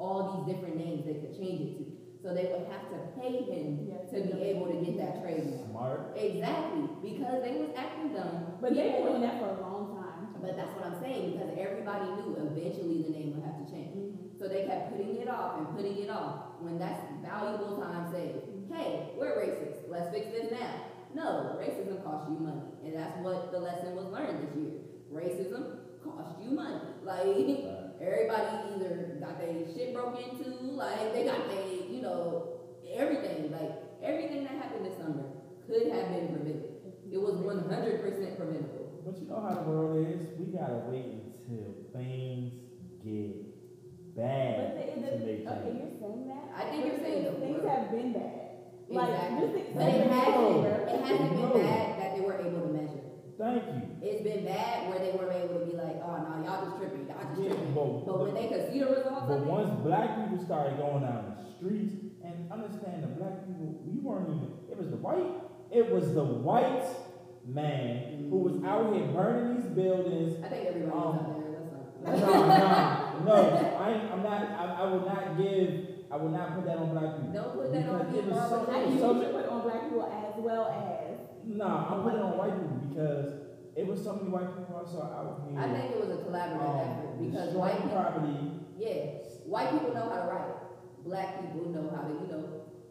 all these different names they could change it to. So they would have to pay him
Yeah.
to be able to get that trademark.
Smart.
Exactly, because they was acting dumb.
But they've been
People-
doing that for a long time.
But that's what I'm saying because everybody knew eventually the name would have to change. So they kept putting it off and putting it off. When that's valuable time saved. Hey, we're racist. Let's fix this now. No, racism costs you money, and that's what the lesson was learned this year. Racism costs you money. Like
Right.
everybody either got their shit broke into, like they got their, you know, everything. Like everything that happened this summer could have been prevented. It was 100% preventable.
But you know how the world is. We gotta wait until things get
But
bad
the,
to make changes.
the, okay, you're saying that.
I think you're saying the
things
word.
have been bad. Like
Exactly.
just
But it
accept
hasn't,
No.
it hasn't been
No.
bad that they were able to measure.
Thank you.
It's been bad where they weren't able to be like, oh no, y'all just tripping, y'all just
Yeah,
tripping.
but,
But when they could see the results
but
of it,
once black people started going down the streets, and understand the black people, we weren't even. It was the white. It was the white man who was out here burning these buildings.
I think everybody
Um,
out there. That's
No,
not.
no, no. I, ain't- I'm not. I, I will not give. I will not put that on black people.
Don't put that on
Because
me,
it was
Marvin.
so-
I
it was
think you
so-
should put on black people as well as.
Nah, I'm putting it on white people because it was so many white people I saw out here.
I think it was a collaborative effort
um,
because
destroying
white people,
property.
yeah, white people know how to write. Black people know how to, you know,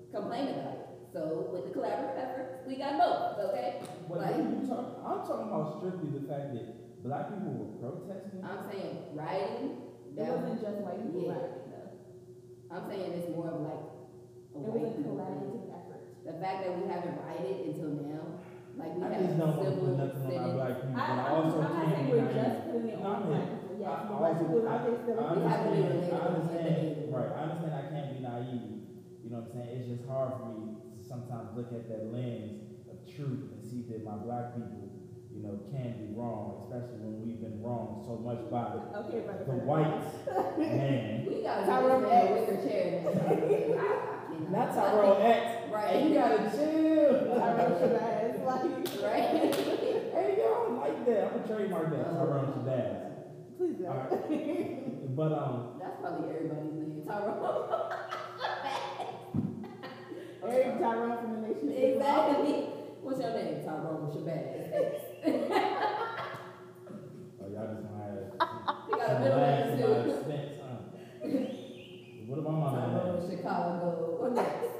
complain about it. So with the collaborative effort, we got both. Okay,
But
Like-
then you talk, I'm talking about strictly the fact that black people were protesting.
I'm saying writing.
It
That
wasn't just white people
Yeah.
writing though.
I'm saying it's more of like a Oh,
It was
white
a
people thing.
collaborative effort.
The fact that we haven't righted until now, like we
I
have
just don't want to put
civil
nothing on my
sitting,
black people.
I,
but I
I'm,
also
I'm not
can't
saying we're
be naive.
just putting it
No,
on
I'm
black
here.
people.
I-
Yes, the
I
black
also-
people out
I
there still.
We have to be
understand, I
relatable.
understand, right, I understand I can't be naive. You know what I'm saying? It's just hard for me to sometimes look at that lens of truth and see that my black people, you know, can be wrong, especially when we've been wrong so much by
Okay, brother.
the white man.
we gotta
Tyrone
get this man a
X.
wicker chair. and-
Not Tyrone X. Hey, you
Right,
gotta chill.
Tyrone Shabazz, like,
right.
Hey, y'all like that. I'm gonna trademark that. Tyrone Shabazz.
please don't.
Alright. But, um,
That's probably everybody's name, Tyrone.
Eric Tyrone from the Nation. of Islam.
Exactly. What's your name, Tyrone Shabazz?
oh, y'all just gonna have
They got a
some
middle
laughs
name
at my
too.
expense, huh? What about my man?
Tyrone Chicago. What next?
So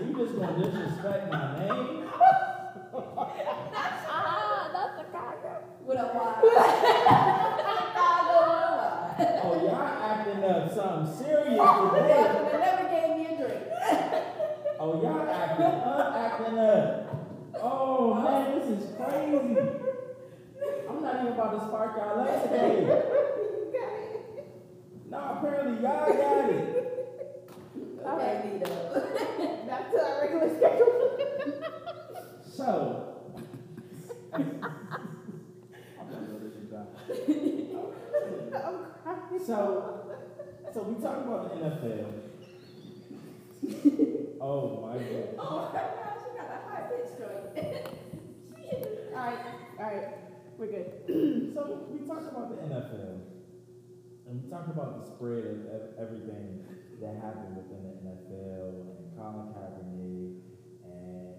you just gonna disrespect my name?
What up, why? Chicago.
Oh, y'all acting up something serious
They
today.
never gave me a drink.
Oh, y'all acting up, acting up. Oh man, this is crazy. I'm not even about to spark y'all up today. No, apparently y'all got it.
All right.
Okay, Vito.
Back to our regular schedule.
So. I'm gonna go to the job.
I'm crying.
So, so we talk about the NFL. oh my god.
Oh my gosh, you got a high pitch joint.
All right. All right. We're good.
So we talk about the NFL, and we talk about the spread of ev- everything that happened within the NFL and Colin Kaepernick, and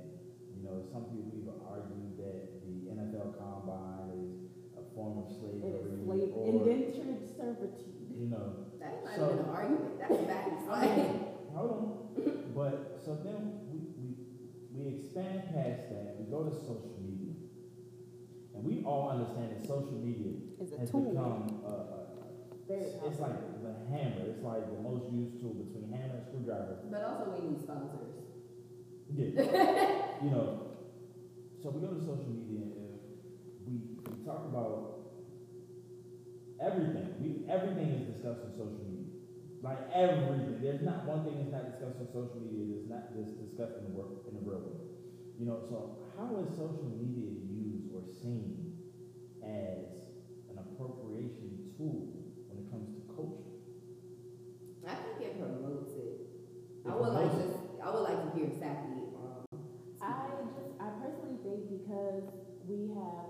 you know some people even argue that the NFL Combine is a form of
It
slavery,
is slave
or
indentured servitude.
you know.
That's not
So-
even an argument. That's facts.
I
Like,
mean, hold on. But so then we, we we expand past that. We go to social media, and we all understand that social media
It's
has become uh, uh,
Very
it's, it's like the hammer. It's like the most used tool between hammer and screwdriver.
but also we need sponsors.
Yeah, you know. So we go to social media and we we talk about everything. We everything is discussed on social media. Like everything. There's not one thing that's not discussed on social media that's not just discussed in the world in the real world. You know, so how is social media used or seen as an appropriation tool when it comes to culture?
I think it promotes it. I would like to. I would like to hear exactly. Um,
I just, I personally think because we have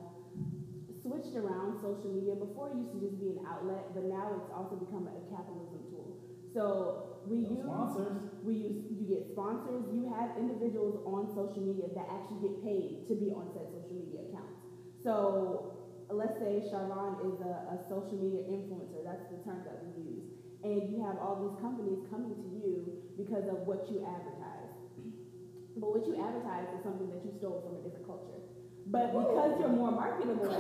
switched around social media. Before it used to just be an outlet, but now it's also become a capitalism tool. So we
No
use
sponsors.
we use you get sponsors. You have individuals on social media that actually get paid to be on said social media accounts. So let's say Sharvon is a, a social media influencer. That's the term that we use. And you have all these companies coming to you because of what you advertise. But what you advertise is something that you stole from a different culture. But because you're more marketable,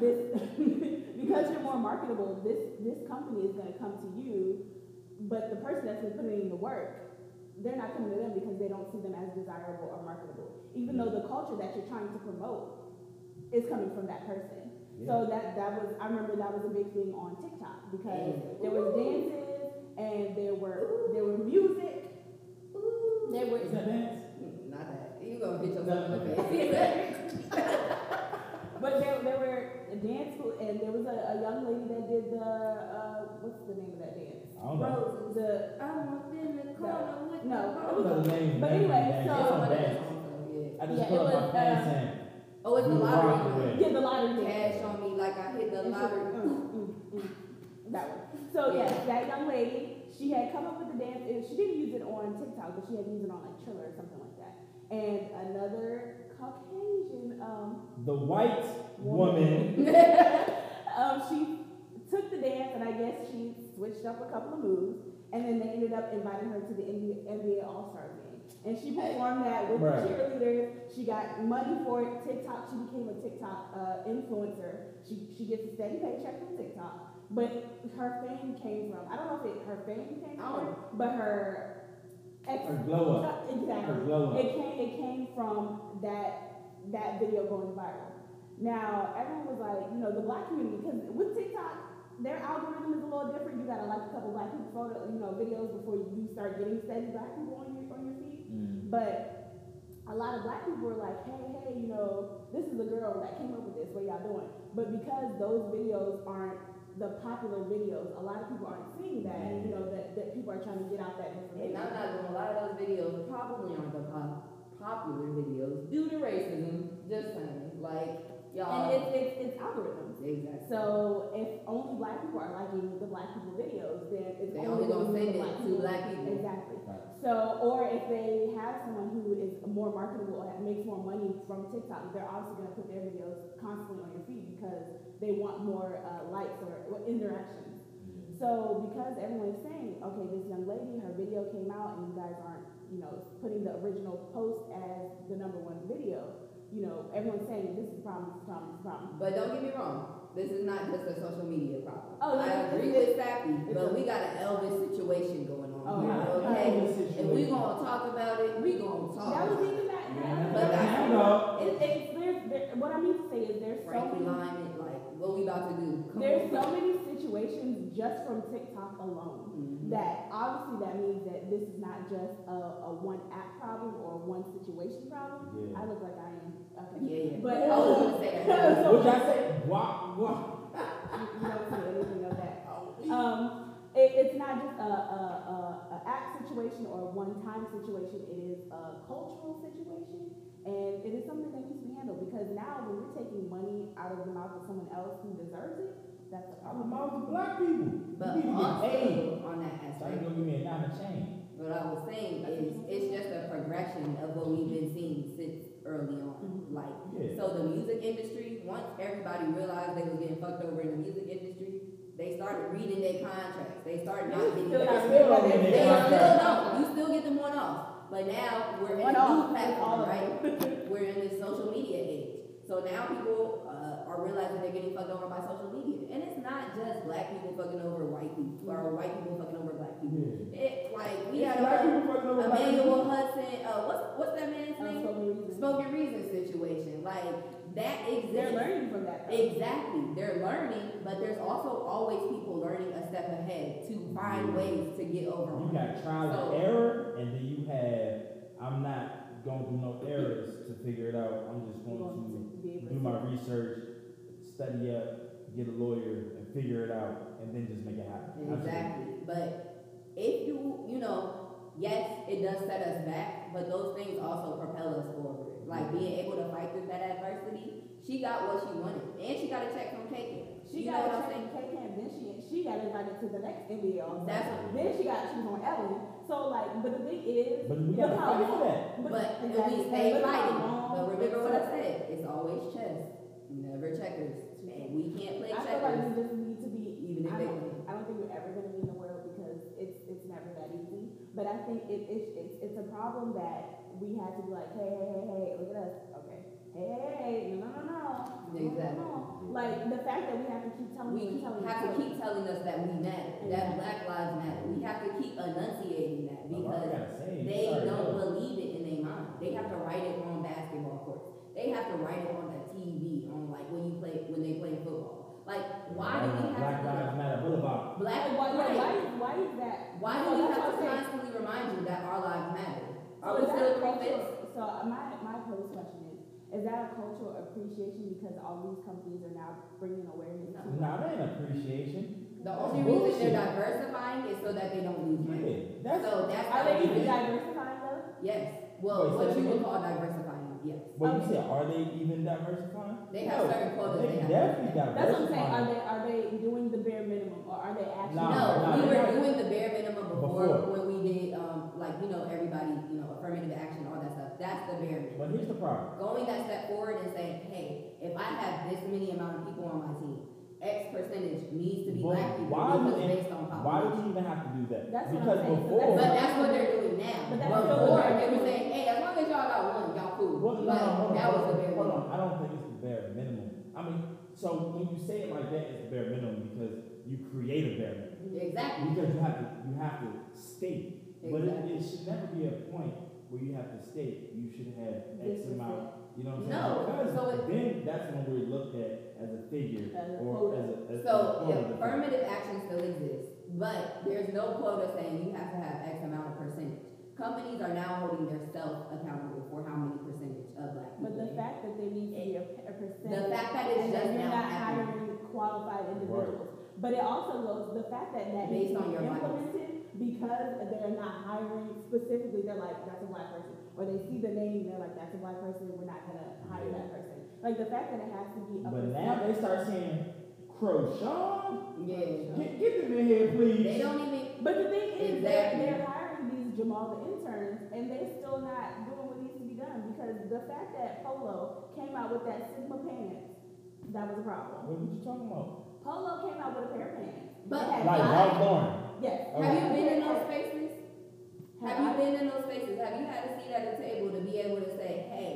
this because you're more marketable, this this company is going to come to you. But the person that's been putting in the work, they're not coming to them because they don't see them as desirable or marketable. Even though the culture that you're trying to promote is coming from that person. So that that was I remember that was a big thing on TikTok because there was dances and there were there were music. There were
Hmm,
Is that dance?
not that you gonna get yourself
No,
in the face.
But there, there were dance, and there was a, a young lady that did the, uh, what's the name of that dance?
I don't know.
The,
I don't know the name.
But
name,
anyway,
name.
so-
It's on dance.
Yeah.
I just
Yeah,
put
it
up my
was,
pants
uh,
and
Oh, it's the
We rock
lottery.
with.
yeah, the lottery dance.
Cash on me like I hit the
And she-
lottery.
mm, mm, mm. That one. So
Yeah.
yes, that young lady, she had come up with the dance, and she didn't use it on TikTok, but she had used it on like Triller or something like that. And another Caucasian, um,
the white woman.
um, she took the dance, and I guess she switched up a couple of moves, and then they ended up inviting her to the NBA, NBA All Star game, and she performed that with
Right.
the cheerleaders. She got money for it. TikTok, she became a TikTok uh, influencer. She she gets a steady paycheck from TikTok. But her fame came from, I don't know if it, her fame came from,
Oh.
her, but her ex,
Her glow up. Her
exactly.
glow up.
It came, it came from that, that video going viral. Now, everyone was like, you know, the black community, because with TikTok, their algorithm is a little different. You gotta like a couple black people photo, you know, videos before you start getting steady black people on your, on your feed.
Mm.
But a lot of black people were like, hey, hey, you know, this is a girl that came up with this. What y'all doing? But because those videos aren't the popular videos, a lot of people aren't seeing that. And you know that, that people are trying to get out that
And
information.
I'm not gonna lie, those videos probably aren't the pop- popular videos due to racism. Just saying, like
And it's
y'all.
it's, it's algorithms.
Exactly.
So if only black people are liking the black people videos, then it's
They only gonna
be
send
the
it to black people.
Exactly.
Right.
So, or if they have someone who is more marketable and makes more money from TikTok, they're obviously going to put their videos constantly on your feed because they want more uh, likes or, or interactions. So, because everyone's saying, okay, this young lady, her video came out, and you guys aren't, you know, putting the original post as the number one video, you know, everyone's saying this is a problem, this is a problem, this is a problem.
But don't get me wrong, this is not just a social media problem.
Oh,
I
no, it's-
agree
it's-
with Sappy,
it's
but
a-
we got an Elvis situation going on.
Yeah,
Oh,
here,
yeah.
okay,
Elvis
if we
situation.
gonna talk about it, we gonna
That was
talk.
even that.
Yeah,
But
that's-
I-
you know,
It, it's there's there, what I mean to say is there's so
Frankie
many
Lyman, like what we about to do? Come
there's
on.
so many situations just from TikTok alone
Mhm.
that obviously that means that this is not just a, a one app problem or a one situation problem.
Yeah.
I look like I am. Okay.
Yeah, yeah. Oh,
But
I was gonna say that.
so-
What y'all say? Wah, wah.
you don't see anything of that.
Oh.
Um, it, it's not just a, a, a, a app situation or a one-time situation. It is a cultural situation, and it is something that needs to be handled because now when you're taking money out of the mouth of someone else who deserves it, that's a
I'm a
problem.
mouth of black people.
But
you need to get paid.
also on that
So I
aspect,
ain't gonna give me a dime a chain.
what I was saying is it's just a progression of what we've been seeing since early on.
Mm-hmm.
Mhm.
Like
Yeah.
So the music industry, once everybody realized they was getting fucked over in the music industry, they started reading their contracts. They started not getting
Still
paid.
not
Still don't get
They still
their contract.
don't. You still get them one off. But now we're in
One
a
off,
new
all
platform,
of
right? we're in this social media age. So now people uh, are realizing they're getting fucked over by social media. And it's not just black people fucking over white people or white people fucking over black people.
Yeah.
It's like we
It's
had a
black people fucking over black people.
Emmanuel Hudson, uh, what's what's that man's name?
Also, reasons.
spoken reason situation. Like that
They're
exists.
learning from that. though.
Exactly. They're learning, but there's also always people learning a step ahead to find ways to get over.
You
on it.
got trial
So-
and error, and then you have I'm not gonna do no errors to figure it out. I'm just going
You're going
to
to be
Mm-hmm.
able to
do my research, study up, get a lawyer, and figure it out, and then just make it happen.
Exactly. But if you, you know, yes, it does set us back, but those things also propel us forward. Like being able to fight through that adversity. She got what she wanted, and she got a check from KK.
She
you
got
know what I'm
a check
saying?
from K Camp, then she she got invited to the next NBA All Star.
That's what.
Then she got she was on Ellen. So like, but the thing is,
But we
look
gotta
how
fight
long-
for that.
But and
exactly,
we stay
look how
fighting.
long
But remember
it
what I
took.
said. It's always chess, never checkers. And we can't play
I feel like
checkers
we just need to be
even if
I
they
don't,
win.
I don't think we're ever going to be in the world because it's it's never that easy. But I think it, it, it's it's a problem that we have to be like, hey, hey, hey, hey, look at us, okay, hey, hey, hey, no, no, no, no,
Exactly.
no, no. Like the fact that we have to keep telling,
We
telling,
have to keep telling us that we matter, that
Yeah.
Black Lives Matter. We have to keep enunciating that
But why we
because
gotta say it?
they
Sorry,
don't
no.
believe it in their mind. They have to write it on basketball courts. They have to write it on the TV, on like when you play when they play football. Like why do we have to
Black Lives Matter Boulevard?
black
Why, why,
right.
why, is, why is that?
Why do
So
we have
that's
to
what I'm saying.
constantly remind you that our lives matter?
So
Are we
is that
still
cultural? uh,
prophets?
So my my pose question is: Is that a cultural appreciation because all these companies are now bringing awareness to
Now that ain't appreciation.
The only reason
Bullshit.
they're diversifying is so that they don't lose money.
Yeah, that's
Mm-hmm. So that's
Are
how
they even
do it.
diversifying though?
Yes. Well,
Wait,
what
so
you would
they-
call diversifying, yes.
what you
Okay.
said. Are they even diversifying?
um, They have
No,
certain quotas
They
they have.
definitely
That's what I'm saying. Are
diversifying.
they are they doing the bare minimum or are they actually?
No,
Nah, nah,
we
they
were
have-
doing the bare minimum before,
Before.
when we did, um, like, you know, everybody, you know, affirmative action, all that stuff. That's the bare minimum.
But here's the problem.
Going that step forward and saying, hey, if I have this many amount of people on my team, X percentage needs to be
But
black people
why
because
would it-
based on
Why
population.
would you even have to do that?
That's what I'm
because
saying, so
before,
But that's what they're doing now.
But that's
still
before,
the bare
they were
minimum.
saying, hey, as long as y'all got one, y'all cool.
Well, no,
like,
hold on,
that was the bare
hold
minimum.
on. I don't think it's the bare minimum. I mean, so when you say it like that, it's the bare minimum because you create a bare minimum.
Exactly.
Because you have to, you have to state. But
exactly.
it, it should never be a point where you have to state you should have
This
X
is
amount. You know what I'm saying?
No,
Because
so it-
then that's when we're looked at as a figure
As a
or
quota.
as a as
So
a quota.
affirmative action still exists, but there's no quota saying you have to have X amount of percentage. Companies are now holding themselves accountable for how many percentage of black people.
But the fact that they need to be a, a
The
percentage.
fact that it's
and that
just
you're
now
not
happening
hiring qualified individuals. But it also goes the fact that that
Based
needs to
on
be
your bias.
implemented because they're not hiring specifically. They're like that's a black person, or they see the name they're like that's a black person. We're not gonna hire
Yeah.
that person. Like the fact that it has to be a
But now
percentage.
they start saying, Croshawn,
yeah.
get, get them in here, please.
They don't even
But the thing is, they're,
Exactly.
they're hiring these Jamal the interns, and they're still not doing what needs to be done because the fact that Polo came out with that Sigma pants, that was a problem.
What, what you talking about?
Polo came out with a pair of pants.
But-
It had
Like
five-
Ralph Lauren.
Yes.
Okay.
have you been in those spaces?
Have
Have you
I-
been in those spaces? Have you had a seat at a table to be able to say, hey,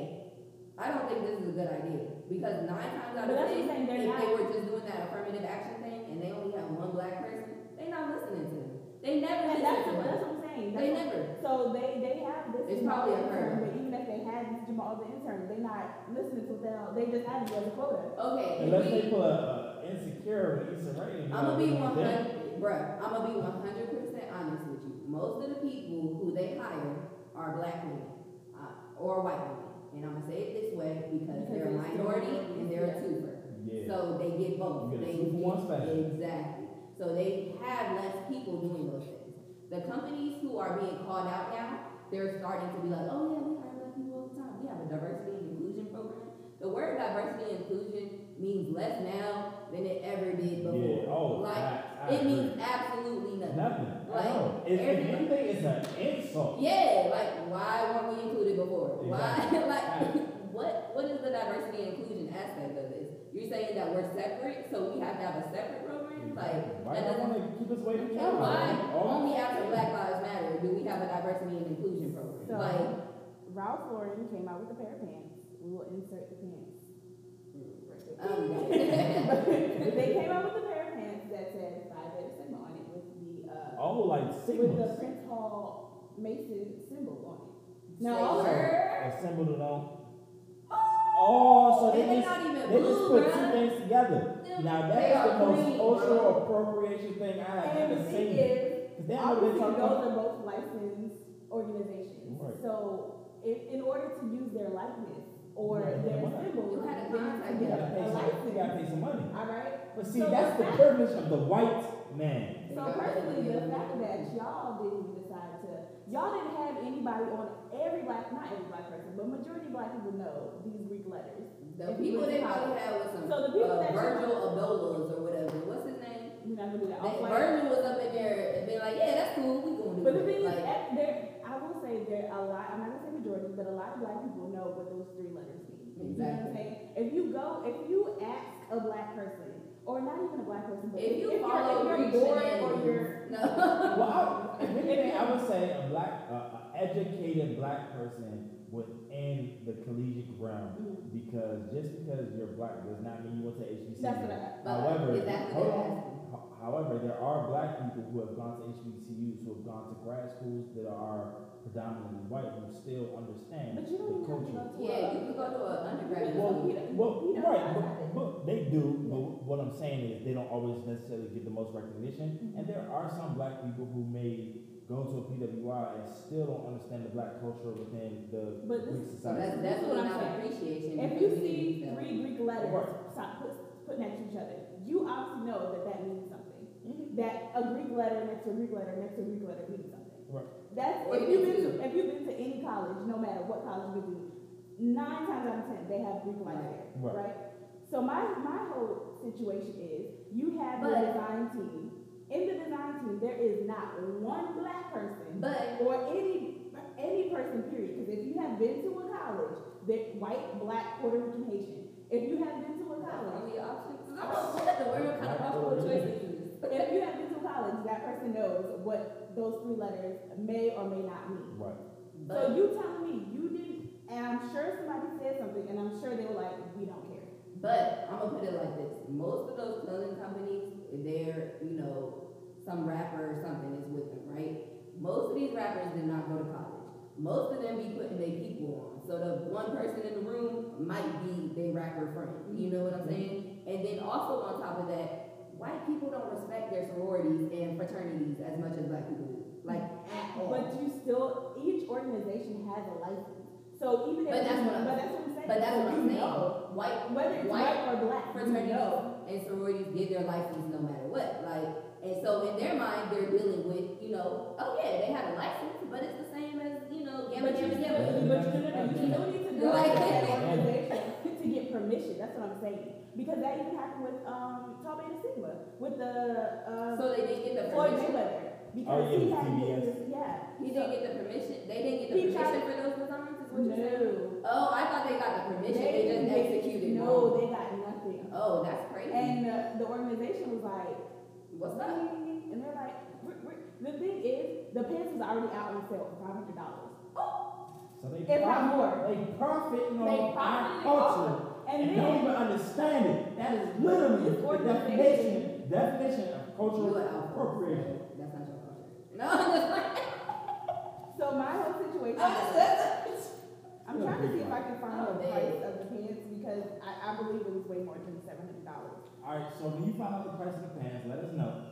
I don't think this is a good idea? Because nine times out
But
of
that's
ten,
what I'm saying,
if
they're
they
not-
were just doing that affirmative action thing and they only have one black person, they're not listening to them. They never
And that's,
listen
what-
to
that's
them.
what I'm saying.
They
That's-
never.
so they, they have this
It's
Jamal
probably
the
a her.
intern, but even if they had this Jamal the intern, they not listening to them. They just have it as a quota.
Unless they
Okay,
pull a, a insecure with Issa Rae.
I'm gonna be one hundred, bruh. I'm gonna be one hundred percent honest with you. Most of the people who they hire are black women uh, or white women, and I'm gonna say it this way because
Because
they're a
it's the-
minority and they're a
yeah.
twofer.
Yeah.
So they get both.
You get a
They
two for one special.
Exactly. So they have less people doing those things. The companies who are being called out now, they're starting to be like, oh yeah, we hire black people all the time. We have a diversity and inclusion program. The word diversity and inclusion means less now than it ever did
yeah.
before.
Oh,
Like,
I, I
It
agree.
means absolutely nothing.
nothing.
like,
I know. It's, if
everybody-
anything, it's an insult.
Yeah, like why weren't we included before?
Exactly.
Why like what what is the diversity and inclusion aspect of this? You're saying that we're separate, so we have to have a separate program? Like
why
that
do you
doesn't
want to keep us away from
and
y'all?
why
All-
Oh, only after Black Lives Matter do we have a diversity and inclusion program?
So
Like
Ralph Lauren came out with a pair of pants. We will insert the pants.
um,
they came out with a pair of pants that said Phi Beta Sigma on it with the uh,
all like
with the
signals
Prince Hall Mason symbol on it.
Say
Now, all-
word.
assembled it on. Oh,
and
so they
they're
just
not even
they just
blue,
put two
bruh.
things together.
Them-
Now
they
that's the
are
most
green, bruh.
cultural appropriation thing I have
and
ever
the thing
seen.
is,
Because they don't know
Obviously,
what
those
they're talking
are both licensed organizations.
Right.
So, if, in order to use their likeness or
Right,
their
right.
symbol,
You had a
they have to
contract,
You
get
gotta pay
a
some, you gotta
license.
pay some money.
All right.
But see,
So
that's the
the fact-
privilege of the white man.
So personally, the fact that y'all didn't even decide to, y'all didn't have anybody on every black, not every black person, but majority black people know these Greek letters.
The people they probably had was some
So the
uh,
people that-
Virgil Abdolas or whatever. What's his name?
You're not gonna do that.
That
offline.
Virgil was up in there and being like, yeah, that's cool, we gonna do
But the
it."
thing is,
like,
ev- there, I will say there a lot. I'm not gonna say majority, but a lot of black people know what those three letters mean. You know what
Exactly.
I'm saying? If you go, if you ask a black person, or not even a black person, but
if you
you're-
follow
if you're
Greek
bored or
shenanigans-
you're
no,
Well, I, if anything, I would say a black, uh, uh, educated black person within the collegiate realm,
Mm.
because just because you're black does not mean you went to HBCU.
that's what I.
But
However,
is that
hold
what
on.
they're
Ho- However, there are black people who have gone to HBCUs, who have gone to grad schools that are predominantly white, who still understand
But you don't
the
even
culture.
have to go to.
yeah,
a,
you could go to an undergraduate
Well,
school.
Well,
You know,
right,
I-
but, but they do. But what
Mm-hmm.
I'm saying is they don't always necessarily get the most recognition. And there are some black people who made go to a PWI and still don't understand the black culture within the
But this-
Greek
So that's
society.
That's what
definitely
I'm
not
saying.
appreciation.
If
because
you
we
see
need them.
three Greek letters
Right.
stop put, put next to each other, you obviously know that that means something.
Mm-hmm.
That a Greek letter next to a Greek letter next to a Greek letter means something.
Right.
That's
Or
if
even
you've been
two.
to, if you've been to any college, no matter what college you've been to, nine times out of ten they have Greek letters there,
Right.
right? So my my whole situation is you have the
But-
design team. In the design team, there is not one black person
But
or any any person period because if you have been to a college that white black puerto rican haitian if you have been to a college
we options. What the world kind of multiple choices is this?
if you have been to a college that person knows what those three letters may or may not mean
Right.
so
But
you tell me you didn't and i'm sure somebody said something and i'm sure they were like we don't care
but I'm gonna put it like this: most of those clothing companies, they're you know some rapper or something is with them, right? Most of these rappers did not go to college. Most of them be putting their people on. So the one person in the room might be their rapper friend. You know what I'm saying? And then also on top of that, white people don't respect their sororities and fraternities as much as black people do. Like at all.
but you still each organization has a license so even if
But that's
you,
what I'm-
but that's what i'm saying
But that's
So
what
you
I'm saying.
know,
White
whether it's white,
White
or black you know
fraternities and sororities get their license no matter what. Like, and so in their mind, they're dealing with, you know, oh yeah, they had a license, but it's the same as, you know, gamma,
But you
gamma,
still,
gamma.
yeah.
but you, no, no, you still need to go
Like-
to that organization to get permission. That's what I'm saying. Because that even happened with um, Tall Baby Sigma with the uh,
So they didn't get the
Floyd
permission.
Mayweather because
Oh, yeah,
he
with
had
CBS.
his, yeah.
He didn't get the permission. They didn't get
He
the
tried-
permission for those designs, is what you're saying?
No,
Oh, I thought they got the permission. They just executed.
No, they got nothing.
Oh, that's crazy.
And uh, the organization was like,
What's up?
and they're like, we're, we're, the thing is, the pants was already out on sale for five hundred dollars.
So they
If not more.
They profiting
They
on our
profiting
culture
And
Oh, and
then
don't even understand it. That is literally
This
the definition,
organization-
definition of
You
cultural
an alpha.
appropriation.
That's not your culture. No, I'm just like,
So my whole situation. I'm trying to see if I can find the price of the pants because I, I believe it was way more than seven hundred dollars.
All right, so when you find out the price of the pants, let us know.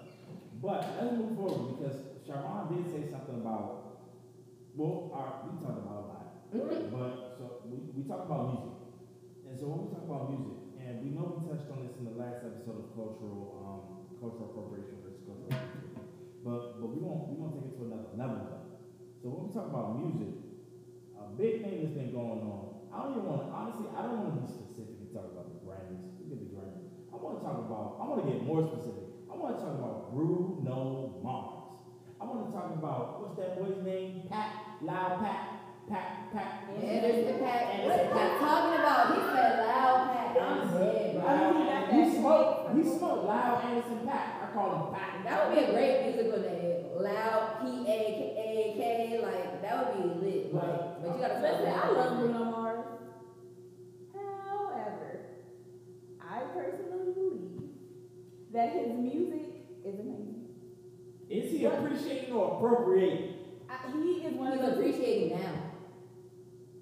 But let's move forward because Sharon did say something about, well, our, we talked about a lot. But so we, we talked about music. And so when we talk about music, and we know we touched on this in the last episode of cultural um, cultural appropriation versus cultural appropriation. But but we won't we won't take it to another level though. So when we talk about music, a big thing that's been going on. I don't even want to honestly I don't want to be specific and talk about the Grammys. Look at the Grammys. I want to talk about I want to get more specific. I want to talk about Bruno Mars. I want to talk about what's that boy's name? Pat Loud Pat Pat Pat.
Anderson Pack. What am I talking about? He said loud pack. I'm dead, bro.
I mean, that-
You smoke, you smoke loud Anderson Pack. I call him Pack.
That would be a great musical name. Loud P A K A K. Like that would be lit. Like, but you gotta
Listen, I love Bruno Mars. However, I personally believe that his music is amazing.
Is he appreciating or appropriating?
I, he is one of
He's
the.
appreciating now.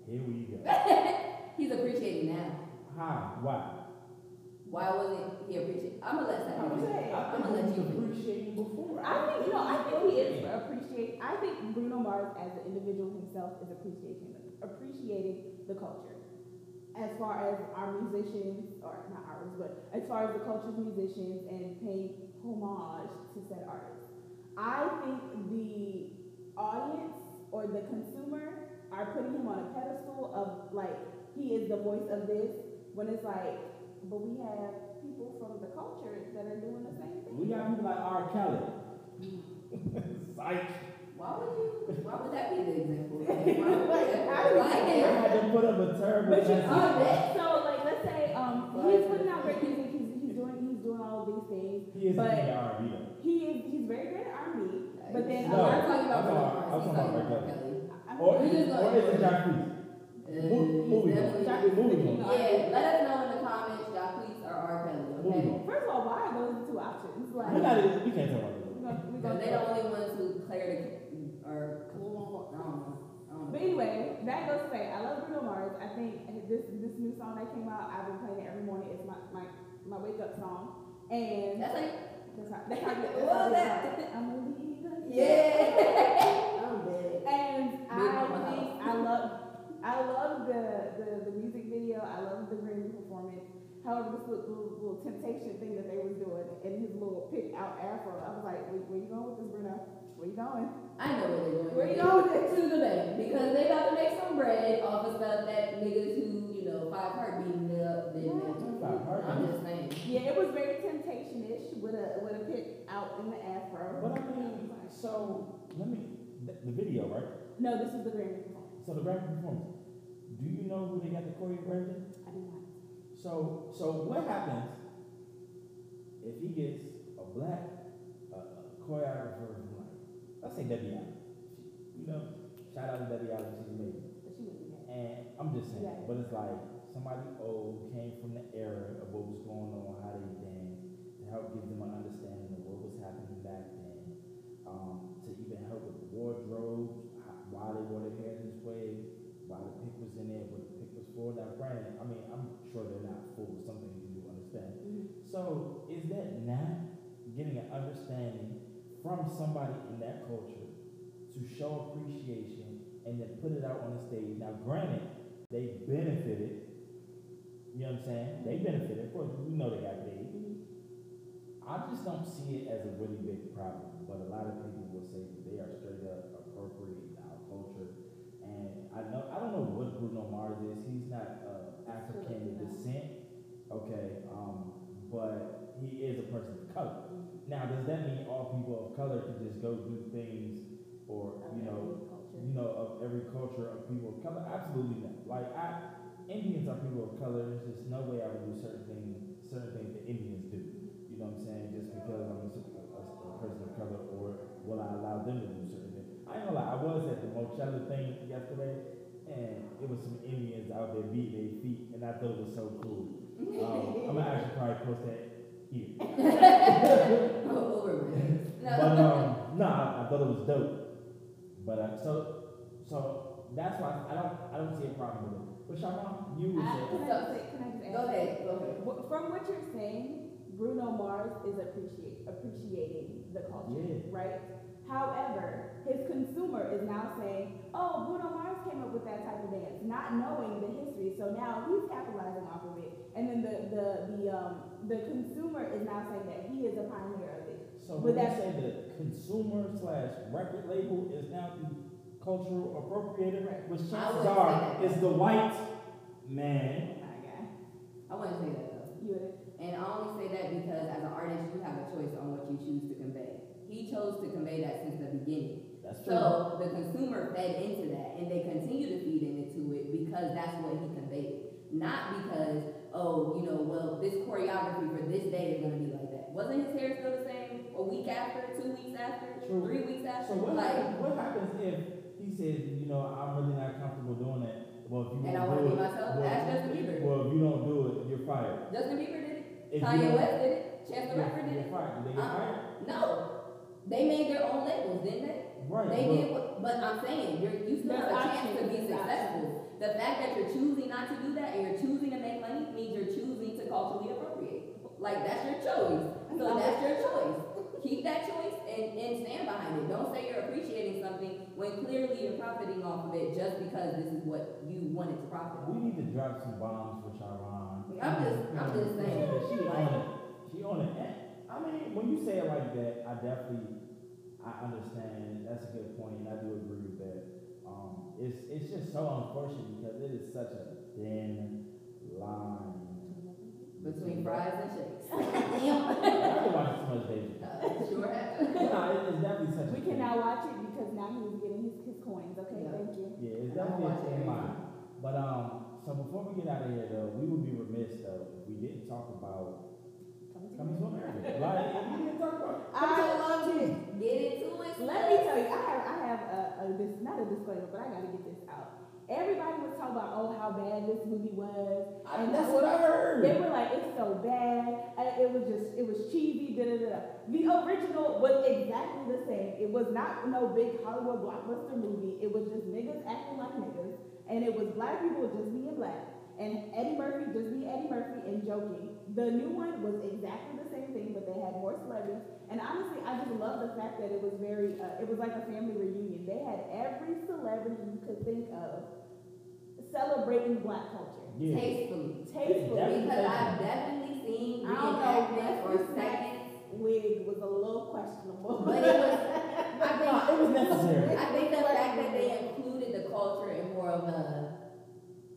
Here we go.
He's appreciating now.
How? Why?
Why wasn't he appreciating? I'm gonna let that
How
happen.
was that?
I
I'ma
think
let
he's
you-
appreciating before.
I think you know. I think he is appreciating. I think Bruno Mars as an individual himself is appreciating appreciating the culture. As far as our musicians, or not ours, but as far as the culture's musicians and paying homage to said artists, I think the audience or the consumer are putting him on a pedestal of like he is the voice of this. When it's like, but we have people from the culture that are doing the same thing.
We got people like R. Kelly. Psych.
Why would you? Why would that be the example? Like,
Like, I would-
I had to put up a turban.
But you
Oh, that-
So like, let's say um, he's putting out great music. He's, he's doing he's doing all of these things.
he is
but-
the R&B. though.
He is he's very good at R&B, but then um,
No, I'm talking about
No,
Bruno Mars.
I'm
He's
talking about
talking about
R.
Kelly.
I mean,
Or,
We just
or is it
like-
Jacquees?
Uh,
Moving on.
definitely-
Moving on.
Yeah, let us know in the comments, Jacquees or R. Kelly,
Moving
okay?
on.
first of all, why are those the two options? Like,
We're not even, we can't talk about
we're gonna, we're
Because
gonna,
they the only ones who cleared the or I don't know. I don't know.
But anyway, that goes to say, I love Bruno Mars. I think this this new song that came out, I've been playing it every morning. It's my my, my wake up song, and
That's like
that's how that's how
What was
that's how- I'm a leader.
Yeah.
I'm dead.
And
Mama
I think I love I love the, the, the music video. I love the Grammy performance. However, this little, little, little temptation thing that they was doing and his little pick out afro, I was like, where, where you going with this, Bruno? Where you going?
I know where they're going.
Where you going with this?
To the bank because they about to make some bread off of stuff that niggas who you know five heart beating it up did.
Five Heart
I'm just saying.
Yeah, it was very temptation-ish with a with a pick out in the afro.
But I mean, so let me the, the video, right?
No, this was the Grammy performance.
So the graphic performance. Do you know who they got the choreographing?
I did not.
So so what happens if he gets a black uh, uh, choreographer from like let's say Debbie Allen. She- You know, shout out to Debbie Allen, she's amazing.
But she wouldn't be mad.
And I'm just saying,
Yeah.
but it's like somebody old came from the era of what was going on, how they danced, to help give them an understanding of what was happening back then, um, to even help with the wardrobe, how- why they wore their hair this way, why the pick was in there, what the pick was for. Now, granted, I mean, I'm sure they're not fools, something you do understand. So is that not getting an understanding from somebody in that culture to show appreciation and then put it out on the stage? Now, granted, they benefited. You know what I'm saying? They benefited. Of course, we know they got paid. I just don't see it as a really big problem. But a lot of people will say that they are straight up appropriating our culture. And I know I don't know what Bruno Mars is. He's not uh, African
Filipino.
descent. Okay, um, but he is a person of color. Now, does that mean all people of color can just go do things, or you know, you know, of every culture of people of color? Absolutely not. Like I, Indians are people of color. There's just no way I would do certain things, certain things that Indians do. You know what I'm saying? Just because I'm a, a, a person of color, or will I allow them to do certain things? I ain't gonna lie. I was at the Mochella thing yesterday, and it was some Indians out there beating their feet, and I thought it was so cool. Um, I'm gonna actually probably post that here.
Oh, over with. No.
But um, no, I, I thought it was dope. But uh, so so that's why I don't I don't see a problem with it. But Sharon, you would
I,
say
can, I just say, can I just ask?
Go ahead. Go ahead.
Wh- From what you're saying, Bruno Mars is appreciate, appreciating the culture,
Yeah.
right? However, his consumer is now saying, "Oh, Bruno Mars came up with that type of dance," not knowing the history. So now he's capitalizing off of it, and then the the the um the consumer is now saying that he is a pioneer of it.
so would
but
you
that-
say the consumer slash record label is now the cultural appropriator, which
I
chances
wouldn't
are
say that.
is the white man.
Oh my God,
I wouldn't say that though.
you
And I only say that because as an artist, you have a choice on what you choose to convey. He chose to convey that since the beginning.
That's true.
So the consumer fed into that, and they continue to feed into it because that's what he conveyed. Not because, oh, you know, well, this choreography for this day is gonna be like that. Wasn't his hair still the same a week after, two weeks after,
True.
three weeks
Mm-hmm. So
after?
what
Like,
happens, what happens if he says, you know, I'm really not comfortable doing that. Well, if
and
you
I
don't
wanna
do
be
it,
myself.
well,
That's Justin Bieber.
well, if you don't do it, you're fired.
Justin Bieber did it.
If you
Kanye
don't-
West did it. Chance the Rapper
You're
did it.
you're fired. They get fired.
Uh-uh. No, they made their own labels, didn't they?
Right.
They
but-
did what, but I'm saying, you're, you still have
Their
a chance to
options
be
is
successful. The fact that you're choosing not to do that and you're choosing to make money means you're choosing to culturally appropriate. Like, that's your choice. So that's your choice. Keep that choice and, and stand behind it. Don't say you're appreciating something when clearly you're profiting off of it just because this is what you wanted to profit
We
off.
need to drop some bombs for Chiron.
I'm just- I'm just saying.
She on it. She on it. And, I mean, when you say it like that, I definitely, I understand. That's a good point, and I do agree with that. Um, it's it's just so unfortunate because it is such a thin line
Between fries and shakes. Damn.
I've been watching too much Deja.
Uh, Sure
But
happened.
No, it- it's definitely such.
would. We
a
can now watch it because now he was getting his, his coins. Okay,
Yeah.
thank you.
Yeah, it's
And I'm
definitely a
watching
thin line.
everything.
But um, so before we get out of here though, we would be remiss though if we didn't talk about
Come to
coming to
me.
America. Like, we didn't talk about
I love it.
Get into it.
Let me tell you, I have, I have a, a this not a disclaimer, but I gotta get this out. Everybody was talking about oh how bad this movie was.
I mean, that's what I heard.
They were like it's so bad. Uh, It was just it was cheesy. Da da da. The original was exactly the same. It was not no big Hollywood blockbuster movie. It was just niggas acting like niggas, and it was black people just being black. And Eddie Murphy just be Eddie Murphy and joking. The new one was exactly the same thing, but they had more celebrities reference. And honestly, I just love the fact that it was very, uh, it was like a family reunion. They had every celebrity you could think of celebrating black culture.
Yeah.
Tastefully.
Tastefully,
That-
Because I've definitely seen
I don't know,
reenactments
let's
or
just say-
seconds,
wig was a little questionable.
but it was, I think,
No, it was necessary.
I think the fact that they included the culture in more of a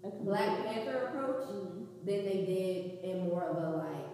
Black Panther approach
Mhm.
than they did in more of a like,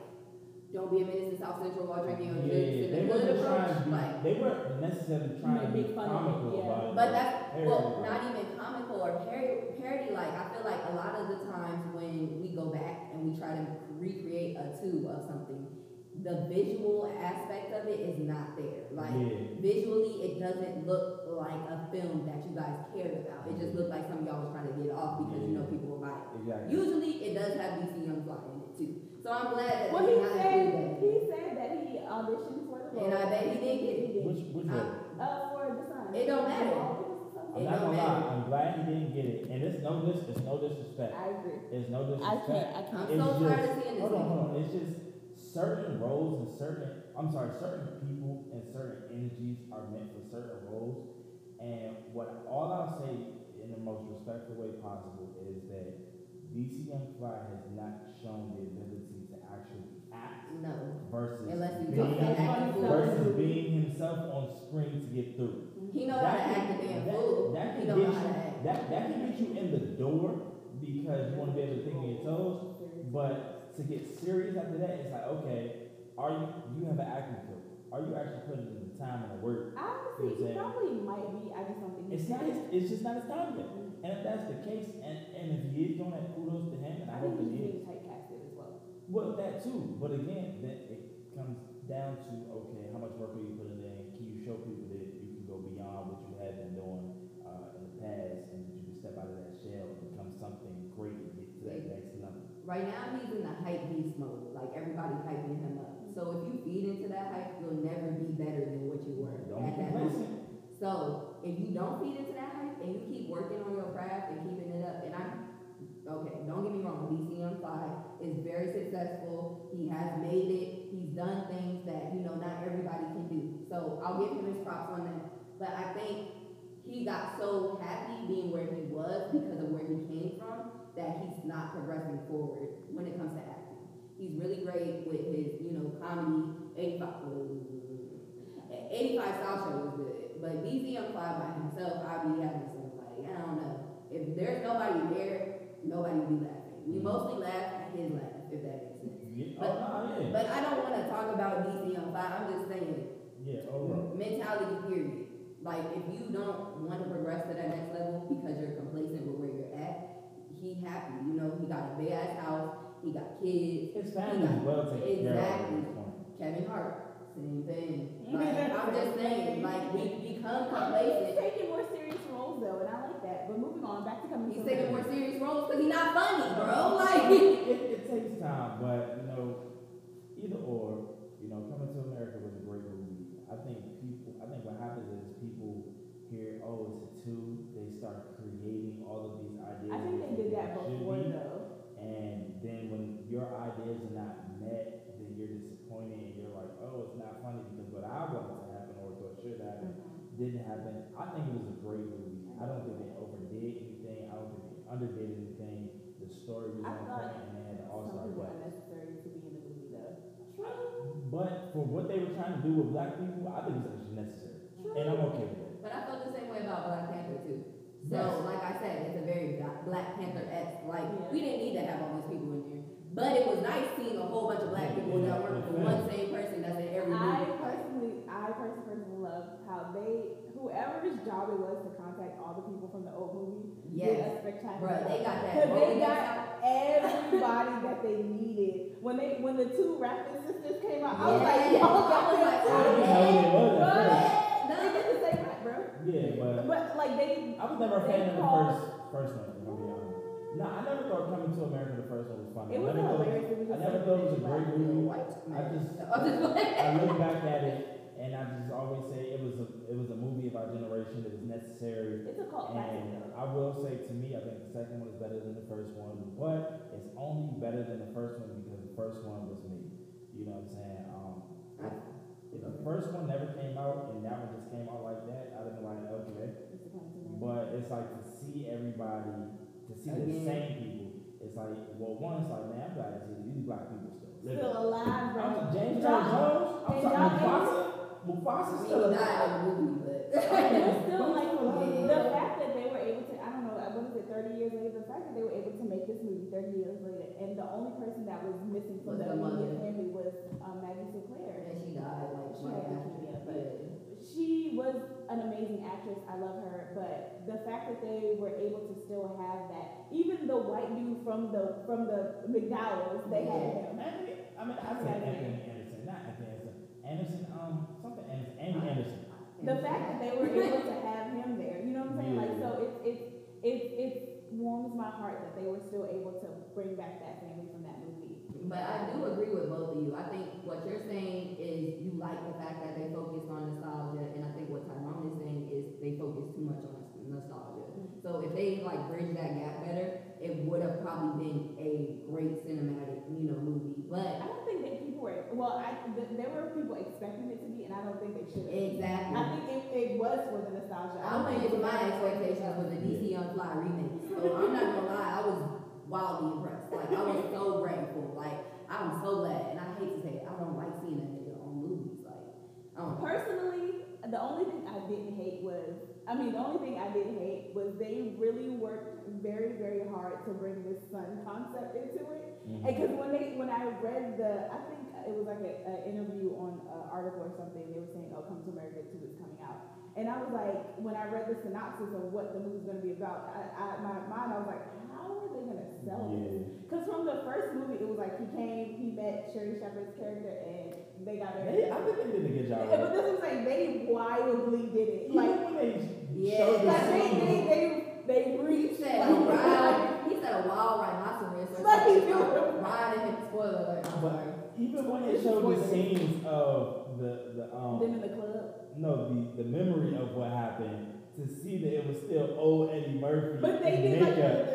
don't be a menace to South Central while drinking your
Yeah,
drinks
they
and the hood
weren't trying
approach.
to be,
Like,
they weren't necessarily trying to
Make
be
fun of it,
comical
yeah.
about it.
but that's
Parody
well,
about it.
not even comical or parody. Parody, like I feel like a lot of the times when we go back and we try to recreate a two of something, the visual aspect of it is not there. Like.
yeah.
visually it doesn't look like a film that you guys cared about. It just looked like something y'all was trying to get off because you know people will buy it.
Exactly.
Usually it does have DC Young Fly in it too. So I'm glad that
Well,
they
he
not
said
include
he said that he auditioned for the role.
And I bet he did get it.
Which, which
that.
one?
I-
Uh, for the son.
It don't matter.
I'm
it don't
not gonna lie.
matter.
I'm glad he didn't get it, and it's no dis, it's no disrespect.
I agree.
It's no
I
disrespect.
can't. I can't.
I'm
It's
so tired of seeing this.
Hold on, hold on. It's just certain roles and certain, I'm sorry, certain people and certain energies are meant for certain roles. And what all I'll say in the most respectful way possible is that DC Young Fly has not shown the ability to actually act
nigga. No.
versus
Unless you
being,
talk that
Yeah.
acting fool.
versus being himself on screen to get through.
He know how to
That
act a
can-
damn
that-
fool.
that
He
can
don't know
get
how
you-
to act.
That that can get you in the door because you want to be able to think on your toes. But to get serious after that, it's like, okay, are you you have an acting career? Are you actually putting in the time and the work?
Honestly, he
Exactly.
probably might be. I just don't think
It's not.
he's
It's, it's just not his time yet.
Mhm.
And if that's the case, and, and if he is doing that, kudos to him. And I
I
hope
think he's
it is.
being typecasted as well.
Well, that too. But again, then it comes down to okay, how much work are you putting in? Can you show people that you can go beyond what you have been doing uh, in the past, and that you can step out of that shell and become something great and get to that next level?
Right now he's in the hype beast mode. Like everybody hyping him up. So if you feed into that hype, you'll never be better than what you were
Don't
at
be
that moment.
complacent.
So if you don't feed into that hype and you keep working on your craft and keeping it up, and I, okay, don't get me wrong, DC Young Fly is very successful. He has made it. He's done things that you know not everybody can do. So I'll give him his props on that. But I think he got so happy being where he was because of where he came from that he's not progressing forward when it comes to acting. He's really great with his you know comedy. 85, 85 South Show was good, but DC Young Fly by himself, I'll be having some like, I don't know. If there's nobody there, nobody be laughing. We mostly laugh at his laugh, if that makes sense.
Yeah.
But-
oh, no, yeah.
But I don't want to talk about DC Young Fly. I'm just saying
Yeah, oh, overall.
mentality period. Like if you don't want to progress to that next level because you're complacent with where you're at, he happy. You know, he got a big ass house, he got kids.
His family is well taken care of at this point.
Kevin Hart, same thing. Like, I'm just saying, like we become complacent
He's taking more serious roles though, and I like that. But moving on, back to coming.
He's
to
taking more
America.
serious roles because he's not funny, bro. Like,
It, it takes time, but you know, either or, you know, Coming to America was a great movie. I think people, I think what happens is people hear, oh, it's a two, they start creating all of these ideas.
I think
of
they
what
did that
it should
before
be.
though.
And then when your ideas are not met, then you're disappointed and you're like, oh, it's not funny because what I wanted to happen or what should happen didn't happen. I think it was a great movie. I don't think they overdid anything. I don't think they underdid anything. The story was
I
on
thought
point and they had an all
Some
star
people
cast.
unnecessary to be in the movie though.
But for what they were trying to do with black people, I think it's actually necessary. And I'm okay with it.
but I felt the same way about Black Panther too. So,
Yes.
like I said, it's a very Bla- Black Panther esque. Like, we didn't need to have all these people in here, but it was nice seeing a whole bunch of black people that work for one same person that's in every
I
movie.
personally, I personally, personally love how they, whoever's job it was to contact all the people from the old movie, did
Yes,
a spectacular
bro, they got that.
Because they
rolling
got everybody that they needed. When they when the two rapping sisters came out, I was like, yo,
Yeah.
y'all
I was
I didn't
are
know what it was at first.
They did the same rap, bro.
Yeah, but
But like they
I was never a fan of the first first one, if I'm being honest. No, I never thought Coming to America the first one was funny.
it was
I never thought-
hilarious. It was
I
just
never
so
thought it was a
funny.
great movie.
white
I just
I'm just like,
I look back at it and I just always say it was a it was a movie of our generation. It was necessary.
It's a cult classic.
And Um, I will say to me, I think the second one is better than the first one, but it's only better than the first one because the first one was me. You know what I'm saying? Um,
I-
you know, first one never came out, and that one just came out like that. I didn't like okay, but it's like to see everybody, to see the
Again.
same people. It's like, well, one, it's like, man, I'm glad to see these black people still living.
Still alive,
I'm
right?
like, James Earl
Y'all-
Jones. I'm
and
sorry, Mufasa.
y'all-
Mufasa's
We
still
died
alive.
in the movie,
And
but
they're still like
Yeah.
the fact that they were able to, I don't know, uh, what is it, 30 years later, the fact that they were able to make this movie 30 years later, and the only person that was missing from
Was
the
the mother.
immediate family was um, Maggie Sinclair.
and she died like
She
right
had
after
leukemia,
that.
but-
But
She was an amazing actress. I love her, but the fact that they were able to still have that, even the white dude from the from the McDowell's, they had him.
Anthony, I mean, I said Anthony Anderson, not Anthony Anderson. Anderson, um, something Anderson, Andy Anderson.
The fact that they were able to have him there, you know what I'm saying? Like, so it it it it warms my heart that they were still able to bring back that family from that movie.
But I do agree with both of you. I think what you're saying is you like the fact that they focus on nostalgia, and I think what Tyrone is saying is they focus too much on nostalgia. So if they like bridge that gap better, it would have probably been a great cinematic, you know, movie.
I
But
don't think that people were well. I th- there were people expecting it to be, and I don't think they should. have. I
exactly.
think it, it was for the nostalgia.
I went into my expectations with the DC on Fly remake, so I'm not gonna lie, I was wildly impressed. Like I was so grateful. Like I'm so glad, and I hate to say it, I don't like seeing that nigga on movies. Like I don't.
Personally, the only thing I didn't hate was, I mean, the only thing I didn't hate was they really worked very, very hard to bring this sun concept into it.
Mm-hmm.
Because when they, when I read the, I think it was like an interview on an article or something, they were saying, "Oh, Come to America Two is coming out," and I was like, when I read the synopsis of what the movie's going to be about, I, I, my mind, I was like, how are they going to sell this?
Yeah.
Because from the first movie, it was like he came, he met Sherry Shepherd's character, and they got
They,
married.
I think they did a good job.
Yeah, but this was like they wildly did it. Like,
Even when they
Yeah,
showed the
like they,
scene,
they, they, they
He
reached
said
like,
a wild, he said a wild rhinoceros or
Like,
something.
you-
Riding him, spoiler alert, I'm
But-
sorry.
even when they showed the scenes of the the um
them in the club.
no the, the memory of what happened to see that it was still old Eddie Murphy
But they did like.
makeup.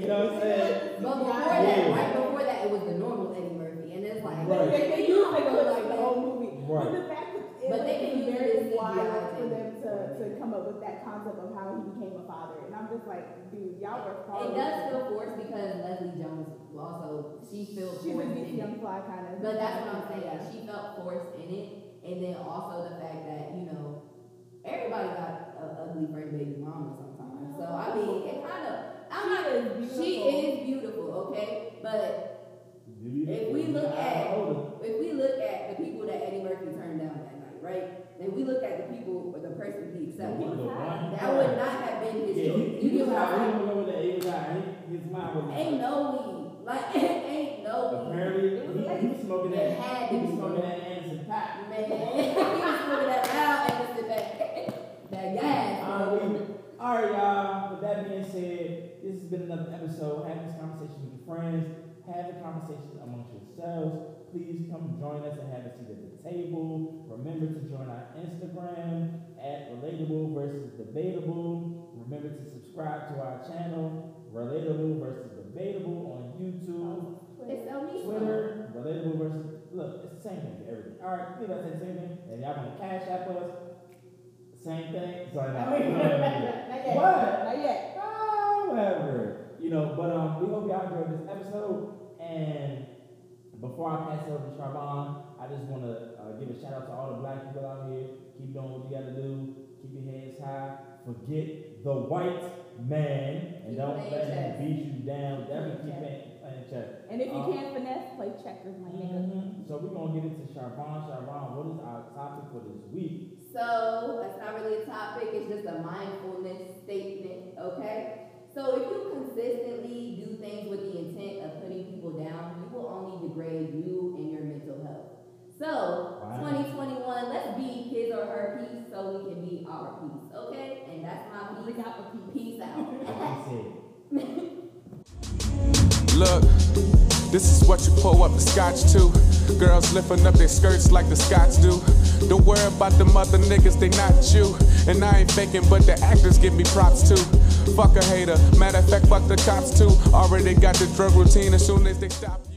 you know what I'm saying?
But before that, right before that, it was the normal Eddie Murphy, and it's like,
Right.
They, they, they used like the, like the whole movie. But
Right.
the fact that it
But
was
they didn't use it
very
as CGI
wild for
thing.
them to, to come up with that concept of how he became a father, and I'm just like, dude, y'all
it
were following.
does feel forced because Leslie Jones also she feels
She's a
forced in
DC
it.
young fly kind of.
But that's what I'm saying. She felt forced in it, and then also the fact that you know everybody got an ugly friend baby mama sometimes. So I mean, it kind of I'm not. She is beautiful, okay, but If we look at-
Oh,
If we look at the people that Eddie Murphy turned down that night, right? Then we look at the people or the person he
the
accepted.
one- the one-
That would not have been his
Yeah,
choice.
he,
You
he
get
was
what
out. He
I'm
don't know what he was out. He, his mind was
saying? Ain't no weed. Like ain't no
Apparently,
It was
he, he
late.
was smoking
weed.
that.
It had
He
to
was
be
smoking
smoking.
that Anderson Paak.
Man, he was smoking that loud and just that that gas.
Um, all right, y'all. With that being said, this has been another episode. Having this conversation with your friends, have a conversation amongst yourselves. Please come join us and have a seat at the table. Remember to join our Instagram at Relatable versus Debatable. Remember to subscribe to our channel, Relatable versus Debatable on YouTube.
It's on me.
Twitter, relatable versus look, it's the same thing for everything. All right, you guys say the same thing, and y'all want to cash app us, same thing. So
Not
no, no, no.
yet.
What?
Not yet.
However, you know, but um, we hope y'all enjoyed this episode. And before I pass it over to Charvon, I just want to uh, give a shout out to all the black people out here. Keep doing what you got to do. Keep your heads high. Forget the white man and
Keep
don't
playing
let
chess.
him beat you down. Definitely keep
Chess.
playing, playing chess.
And if you
Um,
can't finesse, play checkers, my nigga.
Mhm. So we're gonna get into Sharvon. Sharvon, what is our topic for this week?
So it's not really a topic, it's just a mindfulness statement, okay? So if you consistently do things with the intent of putting people down, you will only degrade you and your mental health. So
Wow.
2021, let's be his or her peace so we can be our peace, okay? And that's my peace. Peace out.
That's it.
Look, this is what you pull up the scotch to. Girls lifting up their skirts like the Scots do. Don't worry about the mother niggas, they not you. And I ain't faking, but the actors give me props too. Fuck a hater, matter of fact, fuck the cops too. Already got the drug routine as soon as they stop.